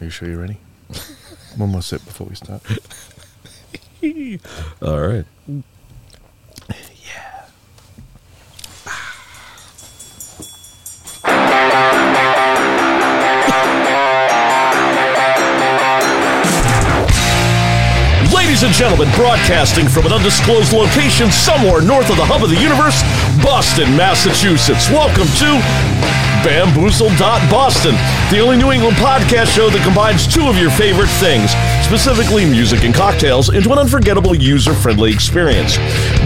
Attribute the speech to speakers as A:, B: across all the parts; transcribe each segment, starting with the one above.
A: Are you sure you're ready? One more sip before we start.
B: All right.
C: Ladies and gentlemen, broadcasting from an undisclosed location somewhere north of the hub of the universe, Boston, Massachusetts. Welcome to Bamboozle.Boston, the only New England podcast show that combines two of your favorite things, specifically music and cocktails, into an unforgettable user friendly experience.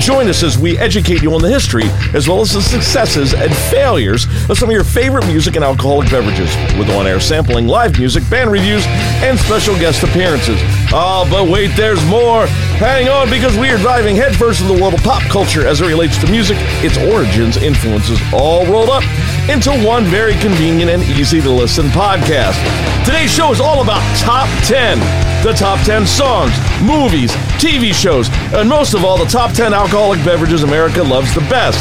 C: Join us as we educate you on the history, as well as the successes and failures of some of your favorite music and alcoholic beverages, with on air sampling, live music, band reviews, and special guest appearances. Oh, but wait, there's more. Hang on, because we are diving headfirst into the world of pop culture as it relates to music, its origins, influences, all rolled up into one very convenient and easy to listen podcast. Today's show is all about top 10. The top 10 songs, movies, TV shows, and most of all, the top 10 alcoholic beverages America loves the best.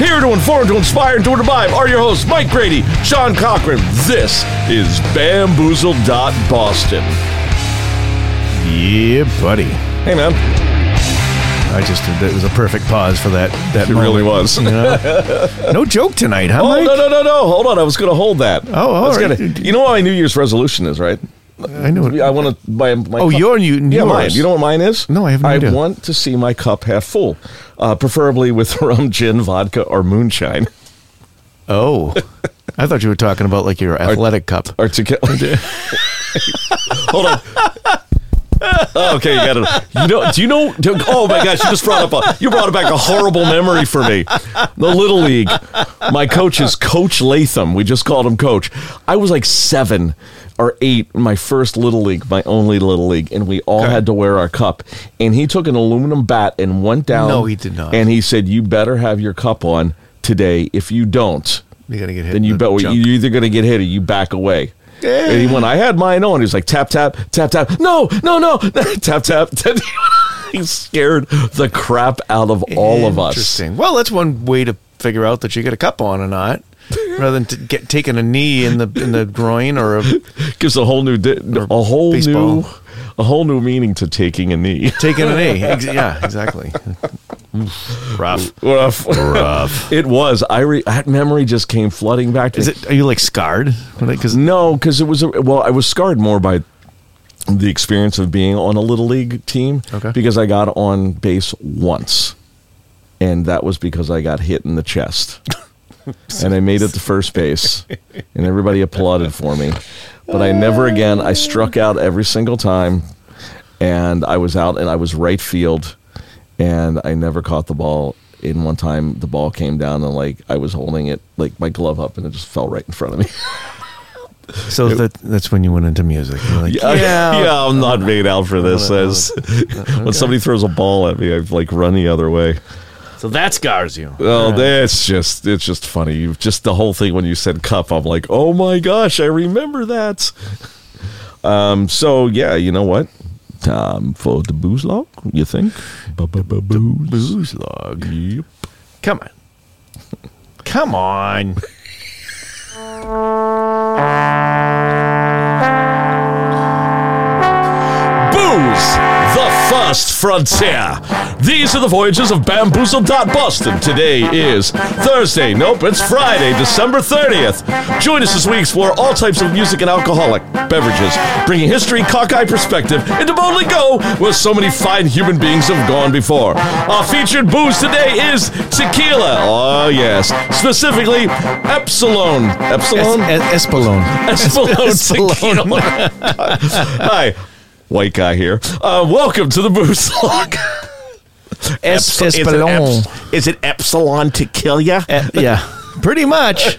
C: Here to inform, to inspire, and to imbibe are your hosts, Mike Grady, Sean Cochran. This is Bamboozle.Boston.
A: Yeah, buddy.
C: Hey, man.
A: I just that was a perfect pause for that. That
C: It really was.
A: no joke tonight, huh,
C: Oh
A: Mike?
C: no no no no! Hold on, I was going to hold that.
A: Oh, all
C: I was
A: right.
C: gonna- you know what my New Year's resolution is, right?
A: I know. It.
C: I want to buy my.
A: Oh,
C: cup-
A: your new
C: yeah,
A: yours.
C: mine. You know what mine is?
A: No, I have no
C: I
A: idea.
C: want to see my cup half full, uh, preferably with rum, gin, vodka, or moonshine.
A: Oh, I thought you were talking about like your athletic cup.
C: Or tequila. Hold on. Oh, okay, you got it. You know? Do you know? do- oh my gosh, you just brought up a you brought back a horrible memory for me. The little league. My coach is Coach Latham. We just called him Coach. I was like seven or eight. in My first little league, my only little league, and we all
A: Okay.
C: had to wear our cup. And he took an aluminum bat and went down.
A: No, he did not.
C: And he said, "You better have your cup on today. If you don't."
A: You're gonna get hit.
C: then
A: in
C: you
A: the
C: bet you're
A: junk.
C: either going to get hit or you back away. And he, when I had mine on, he was like tap tap tap tap. No no no tap tap tap. he scared the crap out of all of us.
A: Interesting. Well, that's one way to figure out that you got a cup on or not, rather than t- get taking a knee in the in the groin or a,
C: Gives a whole new di- a whole new
A: baseball.
C: a whole new meaning to taking a knee.
A: taking a knee. Ex- yeah, exactly. Rough.
C: Rough. Rough. it was. I re- that memory just came flooding back to
A: Is
C: me.
A: it? Are you like scarred? Because
C: No, because it was a, well, I was scarred more by the experience of being on a little league team
A: Okay.
C: because I got on base once, and that was because I got hit in the chest, and I made it to first base, and everybody applauded for me, but I never again. I struck out every single time, and I was out, and I was right field, and I never caught the ball. In one time, the ball came down and like I was holding it, like my glove up, and it just fell right in front of me.
A: so that that's when you went into music. You're like,
C: Yeah,
A: yeah,
C: yeah, Uh, I'm not made out for this.
A: no, no.
C: As- when somebody throws a ball at me, I like run the other way.
B: So that scars you.
C: Oh, that's just it's just funny. You've just the whole thing when you said cup, I'm like, oh my gosh, I remember that. Um, so yeah, you know what? Time for the booze log. You think? Booze log. Yep.
A: Come on. Come on.
C: Booze, the first frontier. These are the voyages of Bamboozle.Boston. Today is Thursday. Nope, it's Friday, December 30th. Join us as we explore all types of music and alcoholic beverages, bringing history, cockeye perspective, and to boldly go where so many fine human beings have gone before. Our featured booze today is tequila. Oh, yes. Specifically, Epsilon. Epsilon?
A: Es- Espolone.
C: Espolón
A: Espolón.
C: tequila. Hi, white guy here. Uh, welcome to the Booze Log.
A: Es-
C: Eps- is it
A: Espolón.
C: eps- Is it Epsilon tequila?
A: Eh, yeah, pretty much.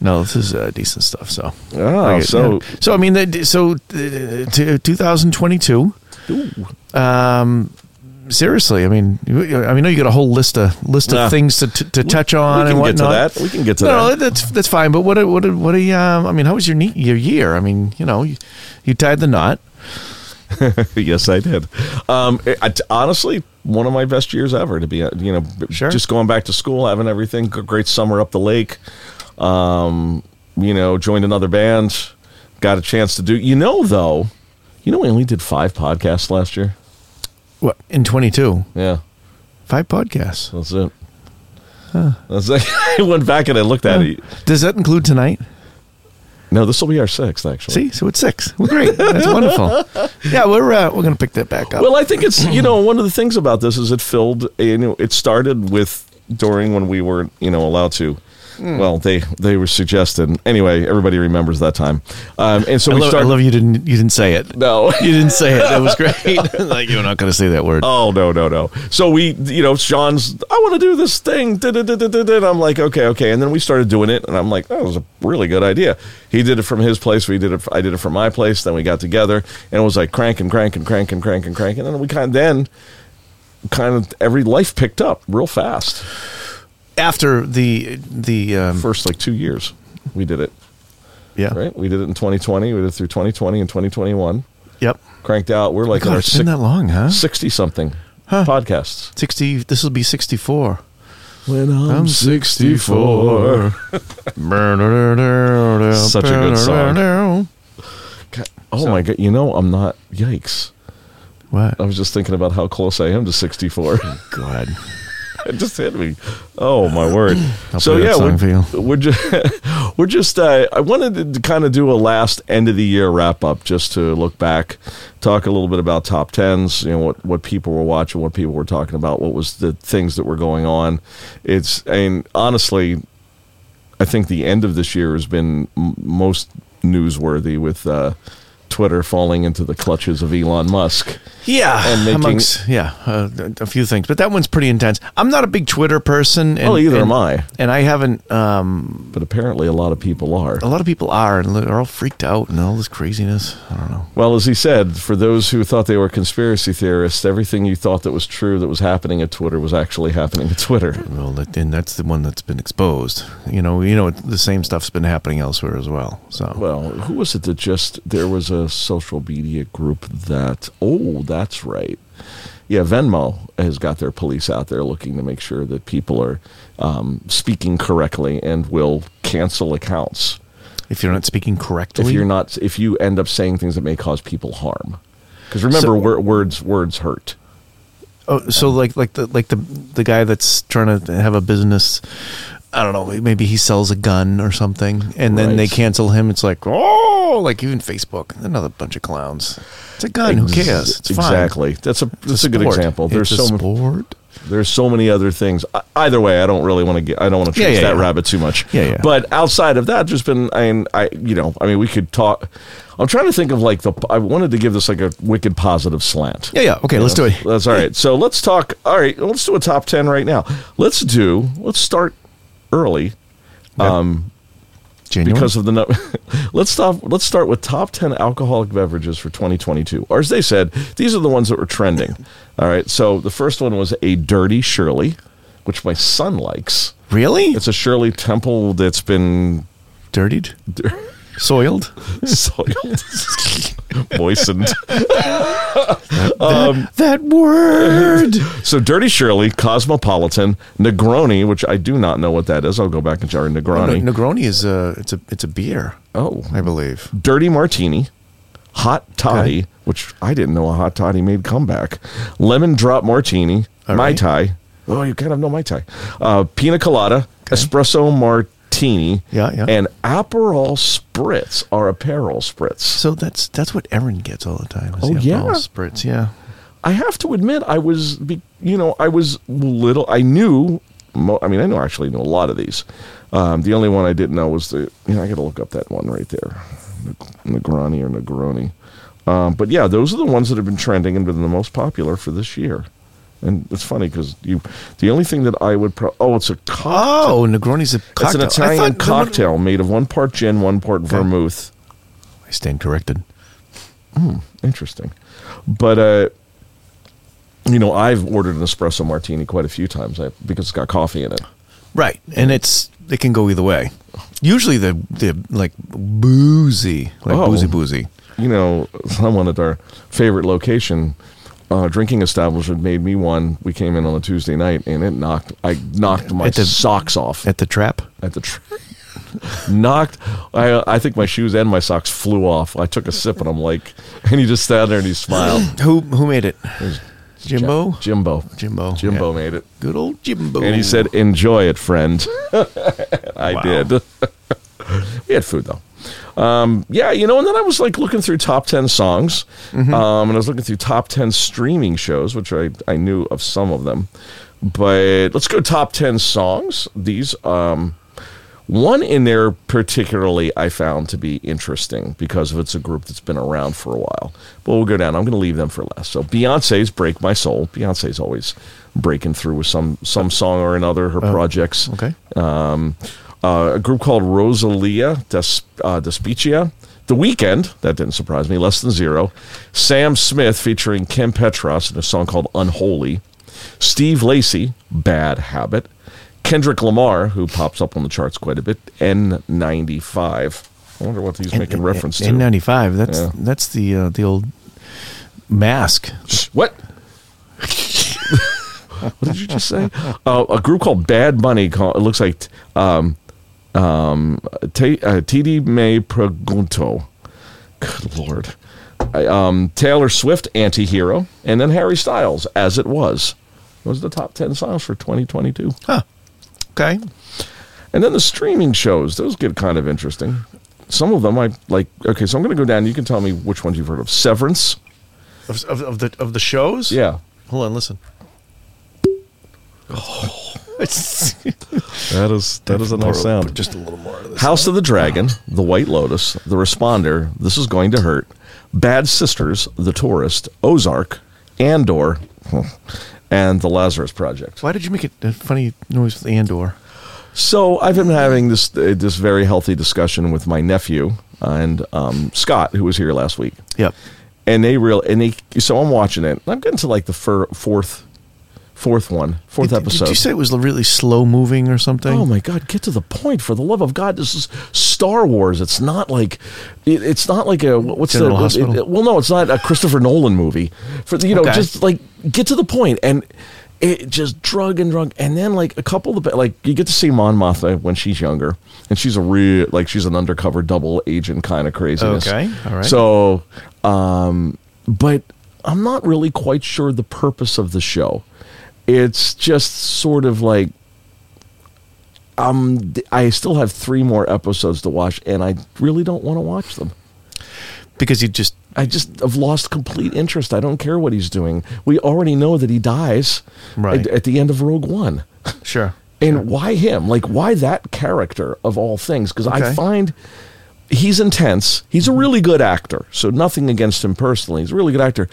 A: No, this is uh, decent stuff. So,
C: Oh,
A: Like,
C: so-
A: yeah. so I mean, the- so uh, to 2022. Um, seriously, I mean, you- I mean, I know you got a whole list of list of
C: Yeah.
A: things to, to, to touch on
C: we
A: and
C: can get to
A: whatnot.
C: that. We can get to
A: no,
C: that.
A: No, that's that's fine. But what a- what a- what a, um, I mean, how was your ne- your year? I mean, you know, you, you tied the knot.
C: yes, I did. Um, I- I- honestly, one of my best years ever. To be, uh, you know, b-
A: Sure.
C: just going back to school, having everything. g- Great summer up the lake. Um, you know, joined another band. got a chance to do. You know, though, you know, we only did five podcasts last year.
A: What in twenty two?
C: Yeah,
A: Five podcasts.
C: that's it. That's it. I went back and I looked at it.
A: Does that include tonight?
C: No, this will be our sixth, actually.
A: See, so it's six. Well, great. That's wonderful. Yeah, we're uh, we're gonna pick that back up.
C: Well, I think it's you know one of the things about this is it filled you know it started with during when we were you know allowed to.
A: Hmm.
C: Well, they they were suggested anyway. Everybody remembers that time, um, and so
A: I
C: we
A: love, I
C: started.
A: love you didn't you didn't say it.
C: no,
A: You didn't say it. That was great. like you're not gonna say that word.
C: Oh no no no! So we, you know, Sean's. I want to do this thing. da, da, da, da, da, da," And I'm like, okay, okay. And then we started doing it, and I'm like, that was a really good idea. He did it from his place. We did it. I did it from my place. Then we got together, and it was like crank and crank and crank and crank and crank. And then we kind of then kind of every life picked up real fast.
A: After the the um,
C: First like two years, we did it.
A: yeah
C: Right, we did it in 2020. We did it through 2020 and 2021.
A: yep.
C: Cranked out. We're like in
A: God,
C: our
A: it's been
C: six,
A: that long, huh?
C: 60 something podcasts.
A: Sixty. This will be sixty four.
C: When I'm
A: 64. Such
C: Such a good song. Oh my god! You know I'm not. Yikes!
A: What?
C: I was just thinking about how close I am to 64.
A: God.
C: it just hit me. Oh my word!
A: I'll
C: so
A: play that
C: yeah,
A: song for you.
C: we're, we're just we're just. Uh, I wanted to kind of do a last end of the year wrap up, just to look back, talk a little bit about top tens. You know what what people were watching, what people were talking about, what was the things that were going on. It's and honestly, I think the end of this year has been m- most newsworthy with uh, Twitter falling into the clutches of Elon Musk.
A: Yeah,
C: And making-
A: amongst yeah uh, a few things, but that one's pretty intense. I'm not a big Twitter person. And,
C: Well, either
A: and-
C: am I.
A: And I haven't. Um,
C: But apparently, a lot of people are.
A: a lot of people are, and they're all freaked out and all this craziness. I don't know.
C: Well, as he said, for those who thought they were conspiracy theorists, everything you thought that was true that was happening at Twitter was actually happening at Twitter.
A: Well, that, and that's the one that's been exposed. You know, you know, the same stuff's been happening elsewhere as well. So
C: Well, who was it that just there was a social media group that oh, that's right. Yeah, Venmo has got their police out there looking to make sure that people are um, speaking correctly and will cancel accounts
A: if you're not speaking correctly,
C: if you're not if you end up saying things that may cause people harm. Because
A: So-
C: remember, wor- words words hurt.
A: Oh, so like like the like the the guy that's trying to have a business. I don't know. Maybe he sells a gun or something, and then they
C: Right.
A: cancel him. It's like oh, like even Facebook, another bunch of clowns. It's a gun. Who
C: Ex-
A: cares? It's fine.
C: Exactly. That's a that's a, good
A: sport.
C: example. There's
A: it's a
C: so many,
A: sport.
C: there's so many other things. I, either way, I don't really want to get I don't want to
A: Yeah,
C: chase
A: yeah,
C: that
A: yeah.
C: rabbit too much.
A: Yeah, yeah.
C: But outside of that, there's been I mean, I you know I mean we could talk. I'm trying to think of like the I wanted to give this like a wicked positive slant.
A: Yeah, yeah. Okay, let's do it.
C: That's all right. So let's talk. All right, let's do a top ten right now. Let's do. Let's start early
A: January.
C: because of the number. let's stop. Let's start with top ten alcoholic beverages for 2022. Or as they said, these are the ones that were trending. All right. So the first one was a dirty Shirley, which my son likes.
A: really,
C: It's a Shirley Temple that's been
A: dirtied, soiled.
C: soiled, moistened.
A: That word.
C: So Dirty Shirley, Cosmopolitan, Negroni, which I do not know what that is. I'll go back and check. or
A: Oh,
C: Negroni.
A: Negroni is a it's a it's a beer,
C: Oh,
A: I believe.
C: Dirty Martini, Hot Toddy,
A: Okay.
C: which I didn't know a Hot Toddy made comeback, Lemon Drop Martini,
A: All
C: Mai
A: right.
C: Tai. Oh, you can't have no Mai Tai. Uh, Pina Colada, Espresso Martini,
A: Yeah, yeah.
C: and Aperol Spritz are apparel spritz.
A: So that's that's what Erin gets all the time. is
C: Oh,
A: the
C: yeah.
A: alcohol spritz. Yeah.
C: I have to admit, I was, be- you know, I was little. I knew, mo- I mean, I know actually knew a lot of these. Um, the only one I didn't know was the. You know, I got to look up that one right there, Neg- Negroni or Negroni. Um, but yeah, those are the ones that have been trending and been the most popular for this year. And it's funny because you, the only thing that I would, pro- oh, it's a cocktail.
A: Oh, Negroni's a
C: it's
A: cocktail.
C: an Italian
A: I thought-
C: cocktail made of one part gin, one part vermouth.
A: I stand corrected.
C: Interesting. But uh you know, I've ordered an espresso martini quite a few times I, because it's got coffee in it.
A: Right, and it's it can go either way. Usually the the like boozy, like
C: Oh.
A: boozy boozy.
C: You know, someone at our favorite location uh, drinking establishment made me one. We came in on a Tuesday night and it knocked I knocked my
A: At the-
C: socks off at,
A: At the trap,
C: the tr- knocked. I I think my shoes and my socks flew off. I took a sip and I'm like, and he just sat there and he smiled.
A: Who who made it? Jimbo.
C: Jimbo.
A: Jimbo.
C: Jimbo
A: yeah.
C: made it.
A: Good old Jimbo.
C: And he said, enjoy it, friend. I
A: Wow.
C: did. we had food, though. Um, yeah, you know, and then I was like looking through top 10 songs, um, and I was looking through top 10 streaming shows, which I, I knew of some of them. But let's go top 10 songs. These, um, one in there particularly I found to be interesting because of it's a group that's been around for a while. But we'll go down. I'm going to leave them for last. So Beyonce's "Break My Soul." Beyonce's always breaking through with some some song or another. Her projects.
A: Okay.
C: Um, uh, a group called Rosalia Des, uh, Despicia. The Weekend, that didn't surprise me, less than zero. Sam Smith featuring Kim Petras in a song called Unholy. Steve Lacey, Bad Habit. Kendrick Lamar, who pops up on the charts quite a bit, N95. I wonder what he's making reference to.
A: N ninety five. That's
C: Yeah.
A: that's the uh, the old mask.
C: What? what did you just say? Uh, a group called Bad Bunny. Called, it looks like um, um, T- uh, TD Me Pregunto. Good lord. I, um, Taylor Swift, Anti-Hero, and then Harry Styles, As It Was. Those are the top 10 songs for 2022.
A: Huh. Okay.
C: And then the streaming shows, those get kind of interesting. Some of them I like. Okay, so I'm going to go down. You can tell me which ones you've heard of. Severance.
A: Of, of, of the of the shows.
C: Yeah.
A: Hold on. Listen. Oh. It's
C: That is that is a nice sound.
A: Just a little more of this.
C: House of the Dragon, The White Lotus, The Responder, This Is Going to Hurt, Bad Sisters, The Tourist, Ozark, Andor, and The Lazarus Project.
A: Why did you make it a funny noise with Andor?
C: So I've been having this uh, this very healthy discussion with my nephew and um, Scott, who was here last week,
A: Yep.
C: and they real and they. So I'm watching it. I'm getting to like the fir- fourth fourth one, fourth
A: Did-
C: episode.
A: Did you say it was really slow moving or something?
C: Oh my God! Get to the point, for the love of God! This is Star Wars. It's not like it, it's not like a what's
A: General
C: the
A: Hospital?
C: it- it- well, no, it's not a Christopher Nolan movie. For the- you know,
A: Okay.
C: just like get to the point and. It just drug and drug, and then like a couple of the like you get to see Mon Mothma when she's younger, and she's a real like she's an undercover double agent kind of craziness.
A: Okay, all right.
C: So, um, but I'm not really quite sure the purpose of the show. It's just sort of like um, th- I still have three more episodes to watch, and I really don't want to watch them.
A: Because you just
C: I just have lost complete interest. I don't care what he's doing. We already know that he dies
A: Right.
C: at, at the end of Rogue One.
A: sure.
C: And why him? Like, why that character of all things? Because I
A: Okay. Mm-hmm.
C: find he's intense. He's a really good actor. So, nothing against him personally. He's a really good actor.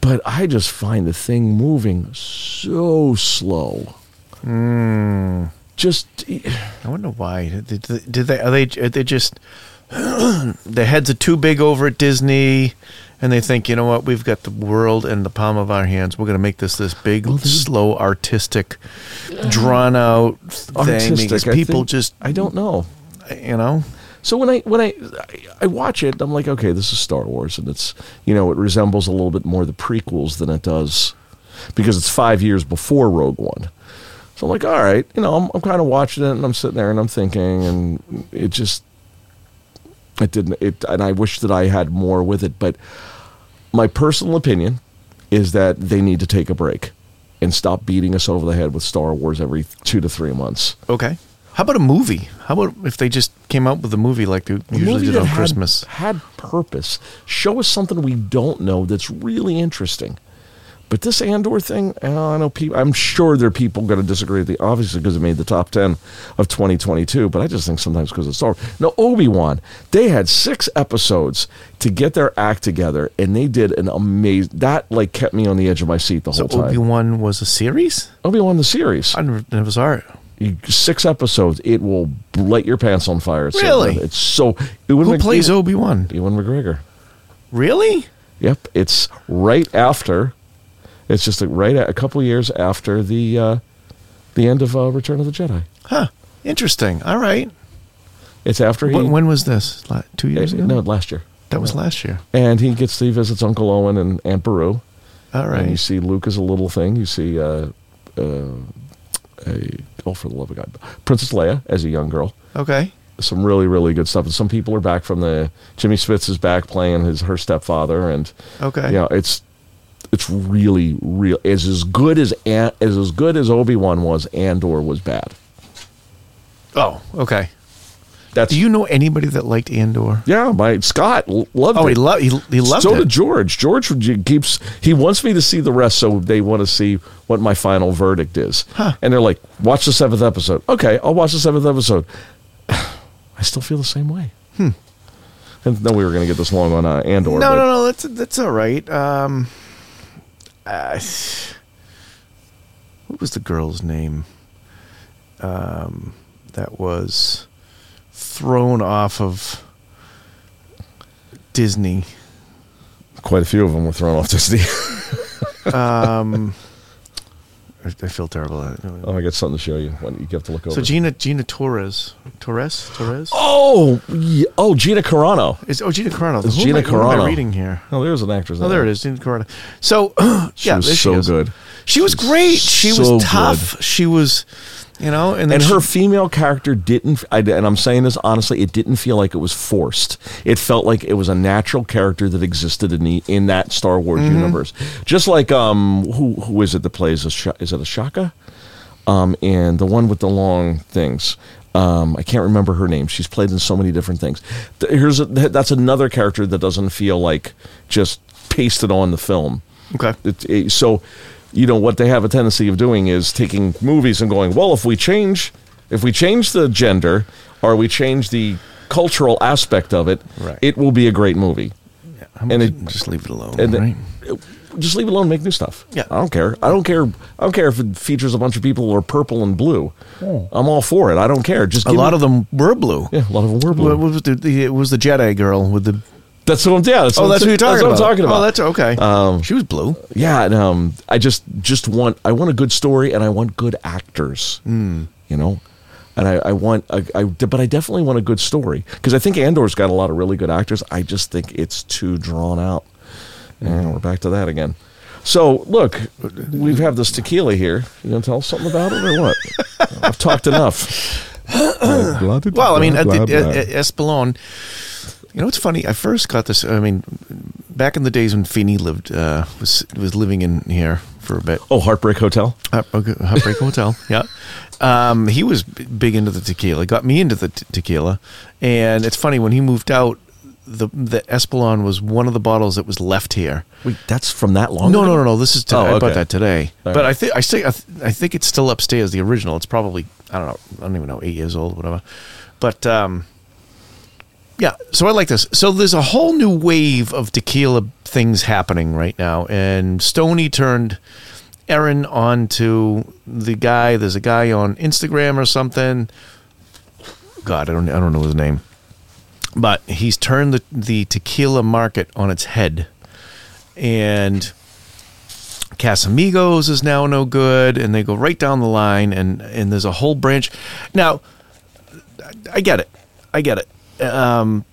C: But I just find the thing moving so slow.
A: Mm.
C: Just.
A: I wonder why. Did, did did they are they are they just their heads are too big over at Disney, and they think you know what we've got the world in the palm of our hands. We're going to make this this big, slow, artistic, drawn out thing. Because
C: I
A: people
C: think-
A: just
C: I don't know.
A: you know
C: So when I when I I watch it, I'm like, okay, this is Star Wars, and it's you know it resembles a little bit more the prequels than it does because it's five years before Rogue One. So I'm like, all right, you know, I'm, I'm kind of watching it, and I'm sitting there, and I'm thinking, and it just it didn't it, and I wish that I had more with it, but my personal opinion is that they need to take a break and stop beating us over the head with Star Wars every two to three months.
A: okay. How about a movie? How about if they just came out with a movie like they
C: A
A: usually
C: movie
A: did
C: that
A: on
C: had-
A: Christmas?
C: Had purpose. Show us something we don't know that's really interesting. But this Andor thing, I don't know. People, I'm sure there are people going to disagree with the obviously because it made the top ten of 2022. But I just think sometimes because it's Star. No, Obi Wan. They had six episodes to get their act together, and they did an amazing. That like kept me on the edge of my seat the
A: So
C: whole time.
A: Obi Wan was a series.
C: Obi Wan the series,
A: I never, never saw it.
C: You- six episodes. It will light your pants on fire. It's so
A: Really?
C: good. It's so. It would
A: Who
C: make-
A: plays Obi Wan?
C: Ewan McGregor.
A: Really?
C: Yep, it's right after. It's just like right a, a couple years after the uh, the end of uh, Return of the Jedi.
A: Huh. Interesting. All right.
C: It's after he
A: When, when was this? La- Two years ago?
C: no last year,
A: That was last year.
C: and he gets to visit Uncle Owen and Aunt Beru.
A: All
C: And you
A: right.
C: see Luke as a little thing. You see, uh, uh, a, oh for the love of God, Princess Leia as a young girl.
A: Okay.
C: some really really good stuff. And some people are back from the Jimmy Spitz is back playing his her stepfather, and
A: Okay.
C: you know it's it's really real as as good as An- as as good as Obi Wan was. Andor was bad.
A: Oh, okay.
C: That's
A: Do you know anybody that liked Andor?
C: yeah. My Scott l- loved
A: Oh,
C: it.
A: he loved he, he loved
C: so
A: it.
C: did George. George would- keeps he wants me to see the rest, so they want to see what my final verdict is. And they're like, "Watch the seventh episode." Okay, I'll watch the seventh episode. I still feel the same way. Hmm. I didn't know we were going to get this long on uh, Andor.
A: no,
C: but
A: no, no. That's that's all right. Um, uh, what was the girl's name? Um, that was thrown off of Disney.
C: Quite a few of them were thrown off Disney.
A: I, I feel terrible. At it.
C: oh, I got something to show you. When you have to look over.
A: So Gina Gina Torres Torres Torres
C: oh, ye- oh, Gina Carano.
A: is oh Gina Carano.
C: It's
A: Who am
C: Gina
A: I- who am I
C: Carano.
A: reading here?
C: Oh, there's an actress.
A: Oh, there it is, Gina Carano. So
C: She
A: yeah,
C: was
A: there
C: so
A: is.
C: good.
A: She was
C: She was
A: great. She
C: so
A: was tough. She was, you know, and then
C: and her
A: she-
C: female character didn't I, and i'm saying this honestly it didn't feel like it was forced it felt like it was a natural character that existed in the in that star wars
A: Mm-hmm.
C: universe just like um who who is it that plays a Sha- is it a shaka um and the one with the long things um, I can't remember her name. She's played in so many different things. Th- Here's a, th- that's another character that doesn't feel like just pasted on the film.
A: okay.
C: It, it, so, you know what they have a tendency of doing is taking movies and going, well, if we change, if we change the gender, or we change the cultural aspect of it,
A: Right.
C: it will be a great movie.
A: I'm
C: And
A: and
C: it-
A: just leave it alone,
C: And
A: right?
C: then, just leave it alone. Make new stuff.
A: Yeah.
C: I don't care. I don't care. I don't care if it features a bunch of people who are purple and blue. I'm all for it. I don't care. Just
A: Oh. a
C: give
A: lot
C: me-
A: of them were blue.
C: yeah, a lot of them were blue.
A: What was the, the, it was the Jedi girl with the?
C: that's what I'm. Yeah, that's
A: Oh,
C: what
A: that's
C: I'm,
A: who you're talking
C: that's
A: about.
C: What I'm talking about.
A: Oh, that's okay. she was blue.
C: yeah and, um i just just want i want a good story and i want good actors you know and i i want a, i but i definitely want a good story because i think andor's got a lot of really good actors i just think it's too drawn out and we're back to that again so look we have this tequila here you gonna tell us something about it or what i've talked enough
A: Well, I mean, at the, at- at Espelon, you know, it's funny. I first got this. I mean, back in the days when Feeney lived uh, was was living in here for a bit.
C: oh heartbreak hotel
A: Heartbreak, Heartbreak Hotel. Yeah, um, he was b- big into the tequila. Got me into the t- tequila, and it's funny when he moved out. The the Espelon was one of the bottles that was left here.
C: wait that's from that long
A: No,
C: ago?
A: no, no, no. This is today.
C: Oh,
A: I bought
C: okay.
A: that today.
C: All
A: but
C: right.
A: I think I think I, th- I think it's still upstairs. The original. It's probably I don't know. I don't even know. Eight years old, whatever. But um, yeah. So I like this. So there's a whole new wave of tequila things happening right now, and Stony turned Aaron onto the guy. There's a guy on Instagram or something. God, I don't I don't know his name, but he's turned the the tequila market on its head, and. Casamigos is now no good, and they go right down the line, and and there's a whole branch. Now, I get it, I get it. Um,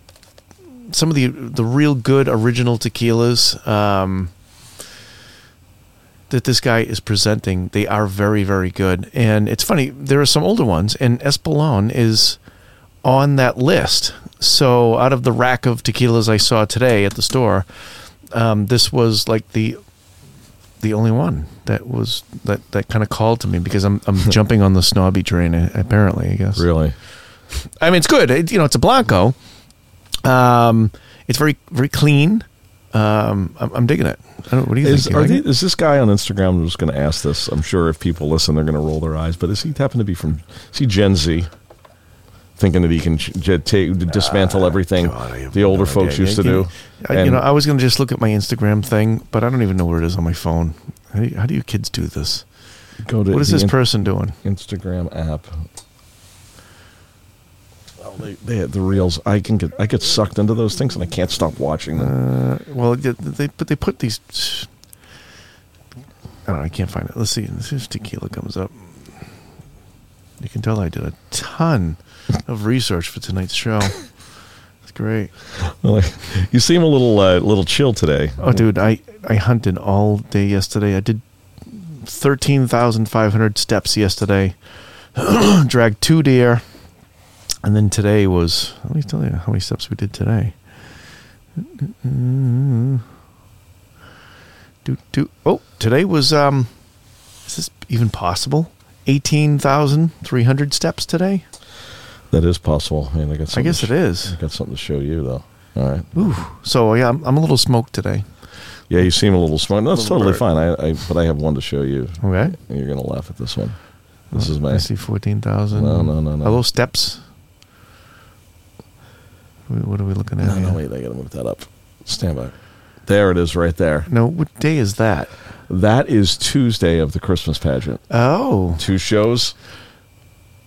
A: some of the the real good original tequilas um, that this guy is presenting, they are very very good, and it's funny. There are some older ones, and Espolón is on that list. So out of the rack of tequilas I saw today at the store, um, this was like the the only one that was that that kind of called to me because I'm I'm jumping on the snobby train uh, apparently I guess.
C: really
A: I mean it's good. It, you know, it's a blanco. Um, it's very very clean. Um, I'm, I'm digging it. I don't, what do you
C: Is,
A: think? You
C: are
A: like
C: they,
A: it?
C: is this guy on Instagram? I'm just going to ask this. I'm sure if people listen, they're going to roll their eyes. But is he happen to be from? Is he Gen Z? Thinking that he can ch- j- take, dismantle everything
A: Ah, God, I have
C: the older
A: no
C: folks
A: idea.
C: used to
A: You-
C: do.
A: I, you
C: And
A: know, I was going to just look at my Instagram thing, but I don't even know where it is on my phone. How do you, how do you kids do this?
C: go to
A: What is
C: the
A: this
C: in-
A: person doing?
C: Instagram app. Well, they, they, the reels. I can get I get sucked into those things, and I can't stop watching them.
A: Uh, well, yeah, they but they put these. I don't know. I can't find it. Let's see. Let's see if tequila comes up. You can tell I did a ton of research for tonight's show. It's great.
C: you seem a little uh, little chill today.
A: Oh, dude, I I hunted all day yesterday. I did thirteen thousand five hundred steps yesterday. Dragged two deer. And then today was, let me tell you how many steps we did today. Do, do, oh, today was, um, is this even possible? 18,300 steps today?
C: That is possible. I mean, I, got something
A: guess
C: to
A: it is.
C: I got something to show you, though. All right.
A: Ooh, so yeah, I'm, I'm a little smoked today.
C: Yeah, you seem a little smart. No, it's
A: Little
C: totally
A: bird.
C: fine. I, I but I have one to show you.
A: Okay.
C: And You're gonna laugh at this one. This is
A: Oh, I
C: my.
A: see 14,000.
C: No, no, no, no.
A: Are those steps? Wh- What are we looking at?
C: No, no,
A: here?
C: wait. I gotta move that up. Stand by. There it is, right there.
A: No, what day is that?
C: That is Tuesday of the Christmas pageant.
A: Oh.
C: Two shows.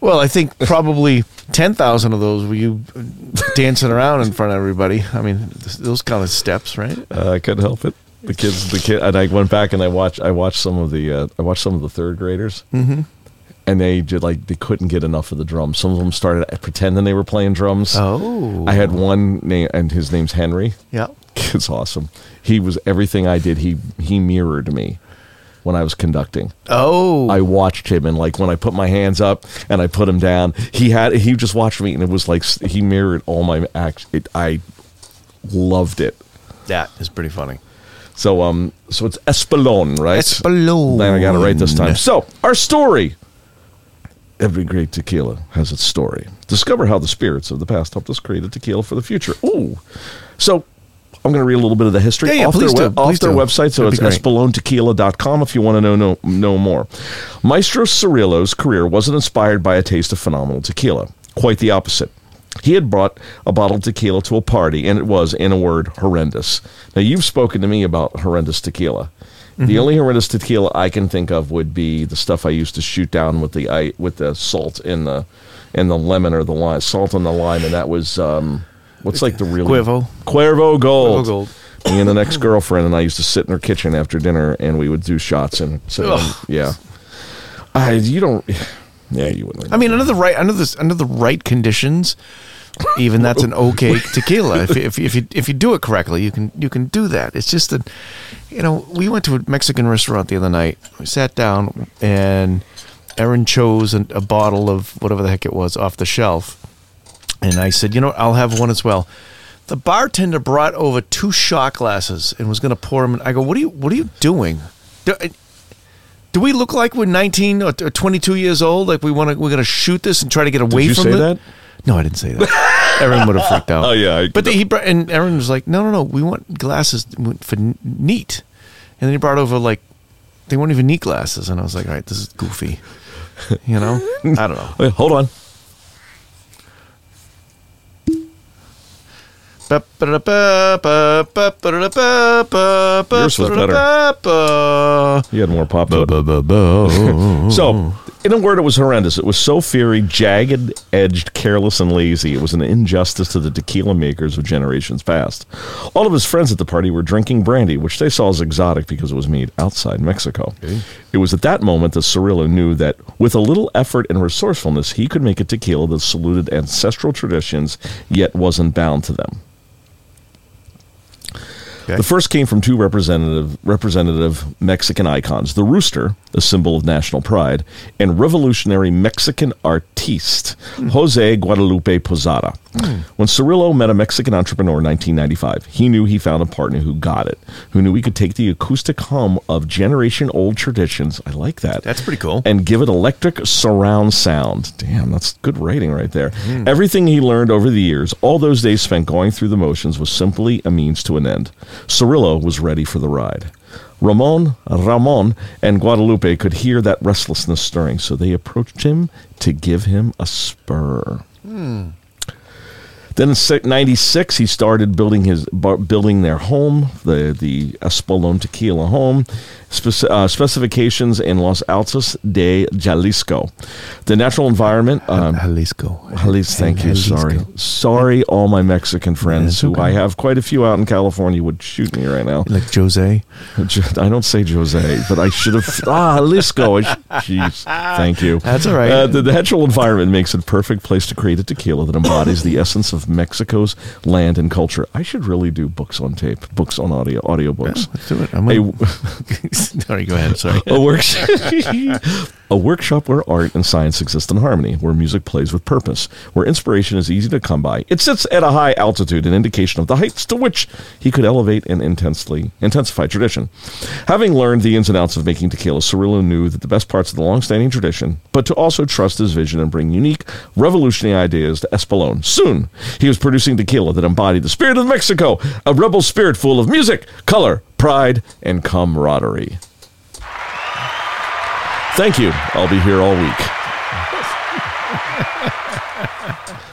A: Well, I think probably 10,000 of those were you dancing around in front of everybody. I mean, th- those kind of steps, right?
C: Uh, I couldn't help it. The kids, the kid, and I went back and I watched. I watched some of the. Uh, I watched some of the third graders, mm-hmm. and they did like they couldn't get enough of the drums. Some of them started pretending they were playing drums.
A: Oh.
C: I had one name, and his name's Henry.
A: Yeah.
C: It's awesome. He was everything I did. He he mirrored me when I was conducting.
A: Oh.
C: I watched him, and like when I put my hands up and I put him down, he had he just watched me, and it was like s- he mirrored all my acts. It, I loved it.
A: that is pretty funny.
C: So um, so it's Espelon, right?
A: Espelon.
C: Then I got it right this time. So our story. Every great tequila has its story. Discover how the spirits of the past helped us create a tequila for the future. Ooh, so. I'm going to read a little bit of the history
A: Yeah, yeah,
C: off,
A: please
C: their,
A: do,
C: off
A: please
C: their
A: do.
C: website. So
A: That'd be
C: it's
A: great.
C: espelontequila.com if you want to know, know, know more. Maestro Cirillo's career wasn't inspired by a taste of phenomenal tequila. Quite the opposite. He had brought a bottle of tequila to a party, and it was, in a word, horrendous. Now, you've spoken to me about horrendous tequila.
A: Mm-hmm.
C: The only horrendous tequila I can think of would be the stuff I used to shoot down with the I, with the salt in the and the lemon or the lime, salt and the lime, and that was um, what's like the real
A: Cuervo.
C: Cuervo Gold.
A: Cuervo Gold.
C: Me and the next girlfriend and I used to sit in her kitchen after dinner, and we would do shots and so
A: Ugh.
C: yeah. I you don't yeah you wouldn't.
A: I mean, under the right under this under the right conditions, even that's an okay tequila. If, if if you if you do it correctly, you can you can do that. It's just that, you know, we went to a Mexican restaurant the other night. We sat down, and Erin chose an, a bottle of whatever the heck it was off the shelf, and I said, you know, what, I'll have one as well. The bartender brought over two shot glasses and was going to pour them. I go, what are you what are you doing? Do- do we look like we're 19 or or 22 years old? Like we want to, we're going to shoot this and try to get away
C: you
A: from
C: say
A: it?
C: that?
A: No, I didn't say that. Aaron would have freaked out.
C: Oh, yeah, I-
A: but the, he brought, and Aaron was like, no, no, no, we want glasses for n- neat. And then he brought over like, they weren't even neat glasses, and I was like, all right, this is goofy. You know, I don't know.
C: Wait, hold on.
A: Yours
C: was
A: better.
C: You had more pop. to it. Oh, So, in a word, it was horrendous. It was so fiery, jagged, edged, careless, and lazy. It was an injustice to the tequila makers of generations past. All of his friends at the party were drinking brandy, which they saw as exotic because it was made outside Mexico. It was at that moment that Cirillo knew that with a little effort and resourcefulness, he could make a tequila that saluted ancestral traditions yet wasn't bound to them. The first came from two representative representative Mexican icons: the rooster, a symbol of national pride, and revolutionary Mexican artiste Jose Guadalupe Posada. When Cirillo met a Mexican entrepreneur in 1995, he knew he found a partner who got it, who knew he could take the acoustic hum of generation-old traditions. I like that.
A: That's pretty cool.
C: And give it electric surround sound. Damn, that's good writing right there. Everything he learned over the years, all those days spent going through the motions, was simply a means to an end. Cirillo was ready for the ride. Ramon, Ramon, and Guadalupe could hear that restlessness stirring, so they approached him to give him a spur. Then in si- '96, he started building his bu- building their home, the the Espolón Tequila home, spec- uh, specifications in Los Altos de Jalisco. The natural environment. Um,
A: Jalisco.
C: Jalisco, thank you.
A: Jalisco.
C: Sorry, sorry, all my Mexican
A: That's
C: friends, who I
A: okay.
C: have quite a few out in California, would shoot me right now.
A: Like Jose.
C: I don't say Jose, but I should have. Ah, Jalisco. I sh- Jeez. Thank you.
A: That's all right.
C: Uh, the natural environment makes it a perfect place to create a tequila that embodies the essence of Mexico's land and culture. I should really do books on tape, books on audio, audiobooks.
A: Let's do it. I'm
C: A-
A: gonna- Sorry, go ahead. Sorry.
C: a works A workshop where art and science exist in harmony, where music plays with purpose, where inspiration is easy to come by. It sits at a high altitude, an indication of the heights to which he could elevate and intensely intensify tradition. Having learned the ins and outs of making tequila, Cirillo knew that the best parts of the long-standing tradition, but to also trust his vision and bring unique, revolutionary ideas to Espolón. Soon, he was producing tequila that embodied the spirit of Mexico, a rebel spirit full of music, color, pride, and camaraderie. Thank you. I'll be here all week.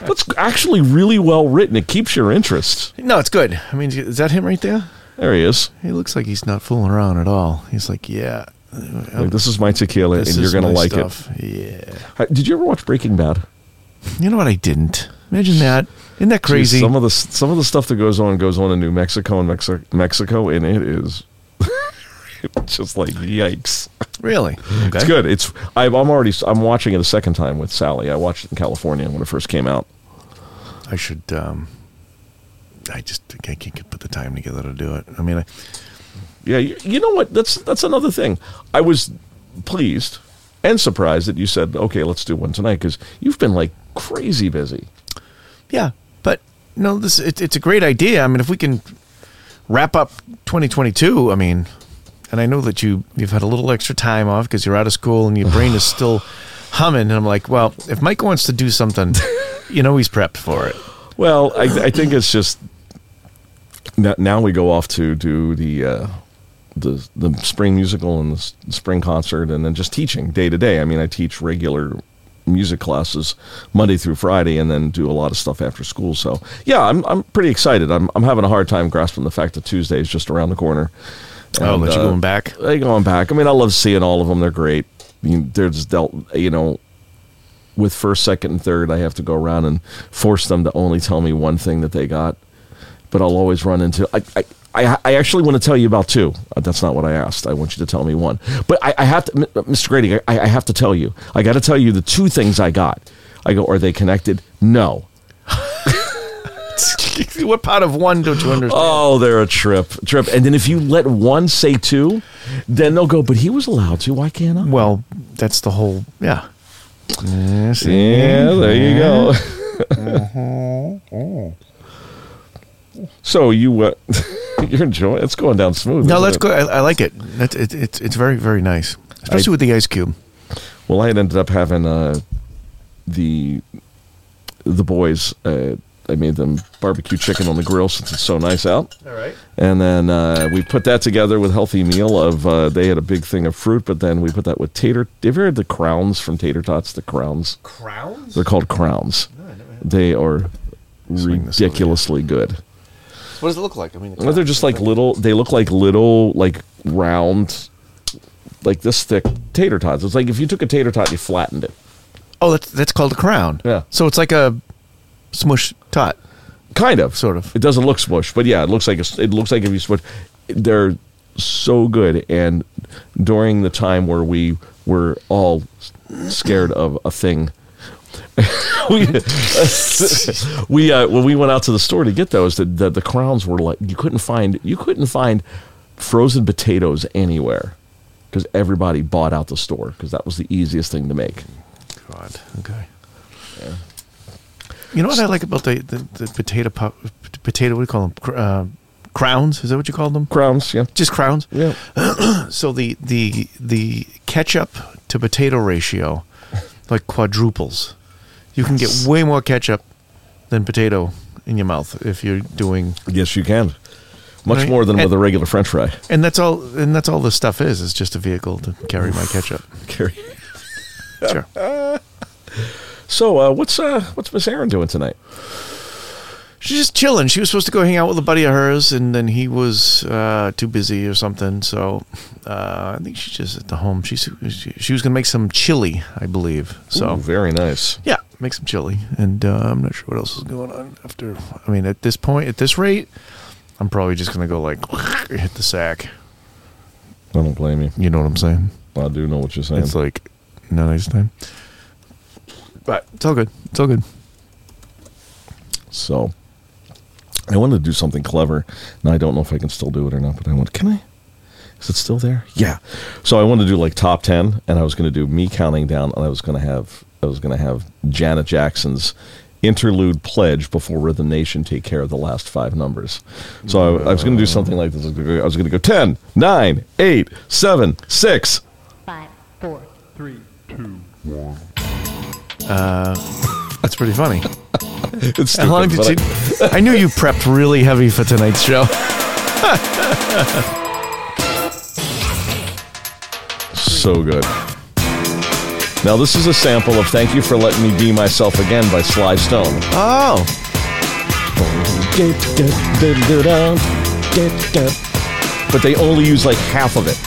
C: That's actually really well written. It keeps your interest.
A: No, it's good. I mean, is that him right there?
C: There he is.
A: He looks like he's not fooling around at all. He's like, yeah,
C: Like, this is my tequila, and you're gonna like
A: it. Yeah.
C: it. Uh, Did you ever watch Breaking Bad?
A: You know what? I didn't. Imagine that. Isn't that crazy?
C: Some of the some of the stuff that goes on goes on in New Mexico and Mexi- Mexico, and it is just like yikes.
A: really? Okay.
C: It's good. It's I, I'm already I'm watching it a second time with Sally. I watched it in California when it first came out.
A: I should. Um, I just I can't put the time together to do it. I mean, I,
C: Yeah, you, you know what? That's that's another thing. I was pleased and surprised that you said, "Okay, let's do one tonight," because you've been like crazy busy.
A: yeah, but no, this it, it's a great idea. I mean, if we can wrap up 2022, I mean, and I know that you you've had a little extra time off because you're out of school and your brain is still humming. And I'm like, well, if Mike wants to do something, you know, he's prepped for it.
C: Well, I, I think it's just now, now we go off to do the uh, the the spring musical and the s- spring concert, and then just teaching day to day. I mean, I teach regular music classes Monday through Friday, and then do a lot of stuff after school. So yeah, I'm I'm pretty excited. I'm I'm having a hard time grasping the fact that Tuesday is just around the corner.
A: Oh,
C: And,
A: but
C: uh,
A: you're going back.
C: they going back. I mean, I love seeing all of them. They're great. You, they're just dealt, you know, with first, second, and third. I have to go around and force them to only tell me one thing that they got. But I'll always run into. I, I, I, I actually want to tell you about two. Uh, That's not what I asked. I want you to tell me one. But I, I have to, M- Mr. Grady. I, I have to tell you. I got to tell you the two things I got. I go. Are they connected? No.
A: what part of one don't you understand?
C: Oh, they're a trip, trip. And then if you let one say two, then they'll go. But he was allowed to. Why can't I?
A: Well, that's the whole. Yeah. Yeah. see?
C: Yeah, there you go.
A: Uh-huh.
C: so you uh, you're enjoying? It's going down smooth.
A: No,
C: isn't
A: that's
C: it?
A: good. I, I like it. That's it, it's it's very very nice, especially with the ice cube.
C: Well, I had ended up having uh, the the boys. Uh, I made them barbecue chicken on the grill since it's so nice out.
A: All right.
C: And then uh, we put that together with healthy meal of uh, they had a big thing of fruit, but then we put that with tater. Have you ever had the crowns from Tater Tots? The crowns.
A: Crowns.
C: They're called crowns. They are
A: Swing this over here.
C: ridiculously good.
A: What does it look like? I mean,
C: Well, they're just like little. They look like little, like round, like this thick tater tots. It's like if you took a tater tot, and you flattened it.
A: oh, that's that's called a crown.
C: Yeah.
A: So it's like a smush tot.
C: Kind of,
A: Sort of.
C: It doesn't look smush, but yeah, it looks like a, it looks like if you smush. They're so good, and during the time where we were all scared of a thing. we we uh, when we went out to the store to get those, the, the the crowns were like you couldn't find you couldn't find frozen potatoes anywhere because everybody bought out the store because that was the easiest thing to make.
A: God. Okay. You know what I like about the the, the potato pop, potato. What do you call them? Cr- Uh, crowns? Is that what you call them?
C: Crowns, yeah,
A: Just crowns.
C: yeah.
A: So the the the ketchup to potato ratio like quadruples. You can get way more ketchup than potato in your mouth if you're doing
C: Yes, you can. Much
A: Right.
C: more than with
A: And-
C: a regular French fry.
A: and that's all and that's all this stuff is is just a vehicle to carry my ketchup.
C: Carry.
A: Sure.
C: So, uh, what's uh, what's Miss Aaron doing tonight?
A: She's just chilling. She was supposed to go hang out with a buddy of hers and then he was uh, too busy or something. So uh, I think she's just at the home. She's she, she was going to make some chili, I believe. So
C: Ooh, very nice.
A: Yeah, make some chili, and uh, I'm not sure what else is going on after. I mean, at this point, at this rate, I'm probably just gonna go like hit the sack.
C: I don't blame you.
A: You know what I'm saying?
C: I do know what you're saying.
A: It's like not nice time, but it's all good. It's all good.
C: so, I wanted to do something clever, and I don't know if I can still do it or not. But I want. Can I? Is it still there? Yeah. So I wanted to do like top ten, and I was going to do me counting down, and I was going to have I was going to have Janet Jackson's interlude pledge before Rhythm Nation take care of the last five numbers. So I, I was going to do something like this. I was going to go 10, 9, 8, 7, 6.
D: five, four,
A: That's pretty funny.
C: It's stupid,
A: How long did
C: but I-
A: you? I knew you prepped really heavy for tonight's show.
C: So good. Now, this is a sample of Thank You for Letting Me Be Myself Again by Sly Stone.
A: Oh,
C: But they only use like half of it.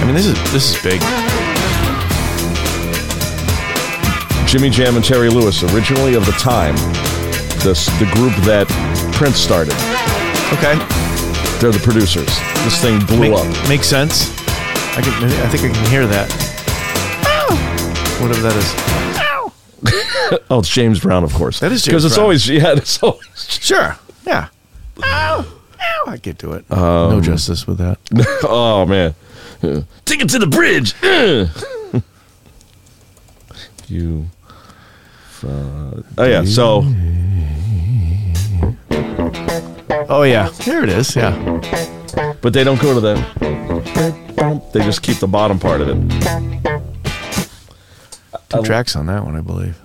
A: I mean, this is this is big.
C: Jimmy Jam and Terry Lewis, originally of the time, this, the group that Prince started.
A: Okay,
C: They're the producers. This thing blew up.
A: Make, makes sense. I can. I think I can hear that. Whatever that is.
C: Oh, it's James Brown, of course.
A: That is James
C: because it's
A: Brown.
C: always yeah, it's always.
A: Sure. Yeah. Ow! Ow! I could do it. Um, no justice with that.
C: Oh man,
B: Take it to the bridge.
C: you. Uh, oh yeah, so
A: Oh yeah, here it is. Yeah.
C: but they don't go to the. They just keep the bottom part of it.
A: Two tracks on that one, I believe.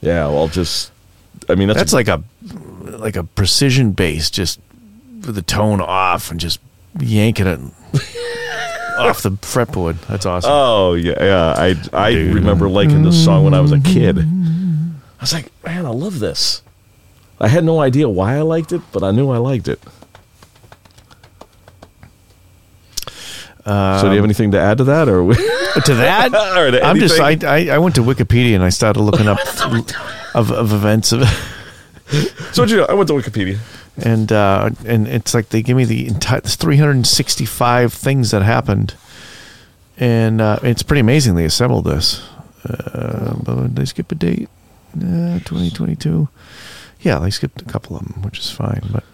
C: Yeah, well, just. I mean, that's,
A: That's like a like a precision bass, just with the tone off and just yanking it off the fretboard. That's awesome.
C: Oh yeah, yeah. I I
A: Dude.
C: remember liking this song when I was a kid. I was like, man, I love this. I had no idea why I liked it, but I knew I liked it. so do you have anything to add to that, or we?
A: to that,
C: Or to
A: I'm just I,
C: anything.
A: I I went to Wikipedia and I started looking up of of events of.
C: so what you know? I went to Wikipedia.
A: and uh, and it's like they give me the entire 365 things that happened, and uh, it's pretty amazing they assembled this. Uh, but they skip a date, uh, 2022. Yeah, they skipped a couple of them, which is fine. But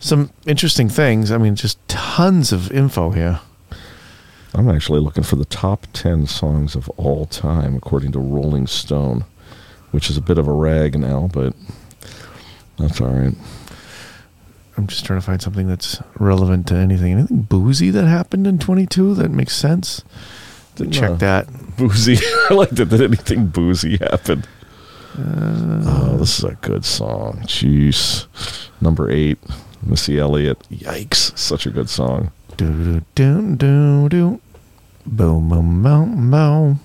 A: some interesting things. I mean, just tons of info here.
C: I'm actually looking for the top 10 songs of all time, according to Rolling Stone, which is a bit of a rag now, but that's all right.
A: I'm just trying to find something that's relevant to anything. Anything boozy that happened in 22 that makes sense. To check
C: No.
A: that.
C: Boozy. I like that, that anything boozy happened. oh, this is a good song. Jeez. Number eight, Missy Elliott. Yikes. Such a good song.
A: Do do do do do. Boom boom boom boom.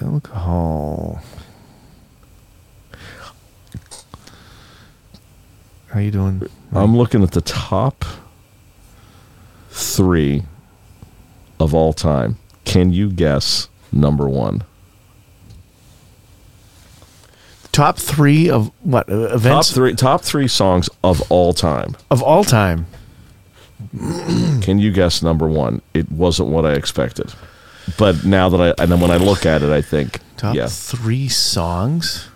A: Alcohol. How you doing?
C: I'm looking at the top three of all time. Can you guess number one?
A: Top three of what uh, events
C: Top three, top three songs of all time.
A: of all time?
C: Can you guess number one? It wasn't what I expected, but now that I and then when I look at it, I think
A: Top
C: yeah,
A: three songs.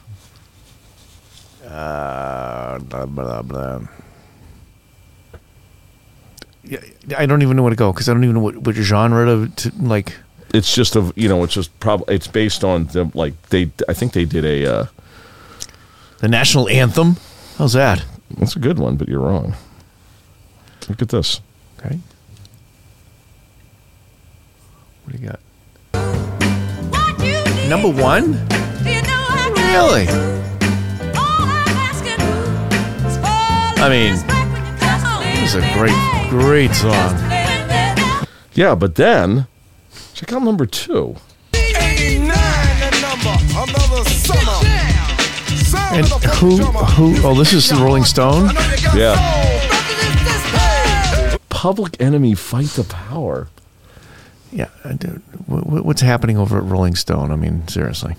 A: Uh, blah, blah, blah. Yeah, I don't even know where to go because I don't even know what, what genre to, to like.
C: it's just a you know it's just probably it's based on the like they I think they did a uh,
A: The national anthem. How's that?
C: that's a good one, but you're wrong. Look at this.
A: Okay. What do you got? Number one? Really?
E: I mean,
A: This is
E: this
A: a great, great song.
C: Yeah, but then check out number two.
F: 89 the number, another summer. Sound
A: And
F: of the
A: who,
F: drummer.
A: who, oh, this is the Rolling Stone?
F: I know you got
C: Yeah.
F: soul.
C: Public Enemy fight the power.
A: Yeah. I do- wh- wh- What's happening over at Rolling Stone? I mean, seriously.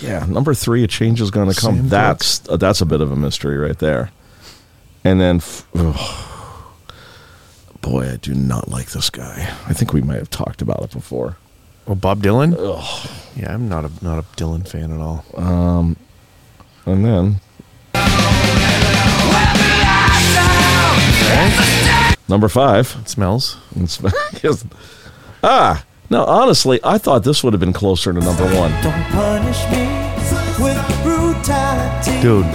C: Yeah, number three, a change is going to come.
A: Same
C: that's uh, that's a bit of a mystery right there. And then, f- ugh. boy, I do not like this guy. I think we might have talked about it before.
A: Well, Bob Dylan?
C: Ugh.
A: Yeah, I'm not a not a Dylan fan at all.
C: And then, Number five.
A: It smells.
C: It's- yes. ah, now honestly, I thought this would have been closer to number one.
D: Don't punish me with brutality.
A: Dude.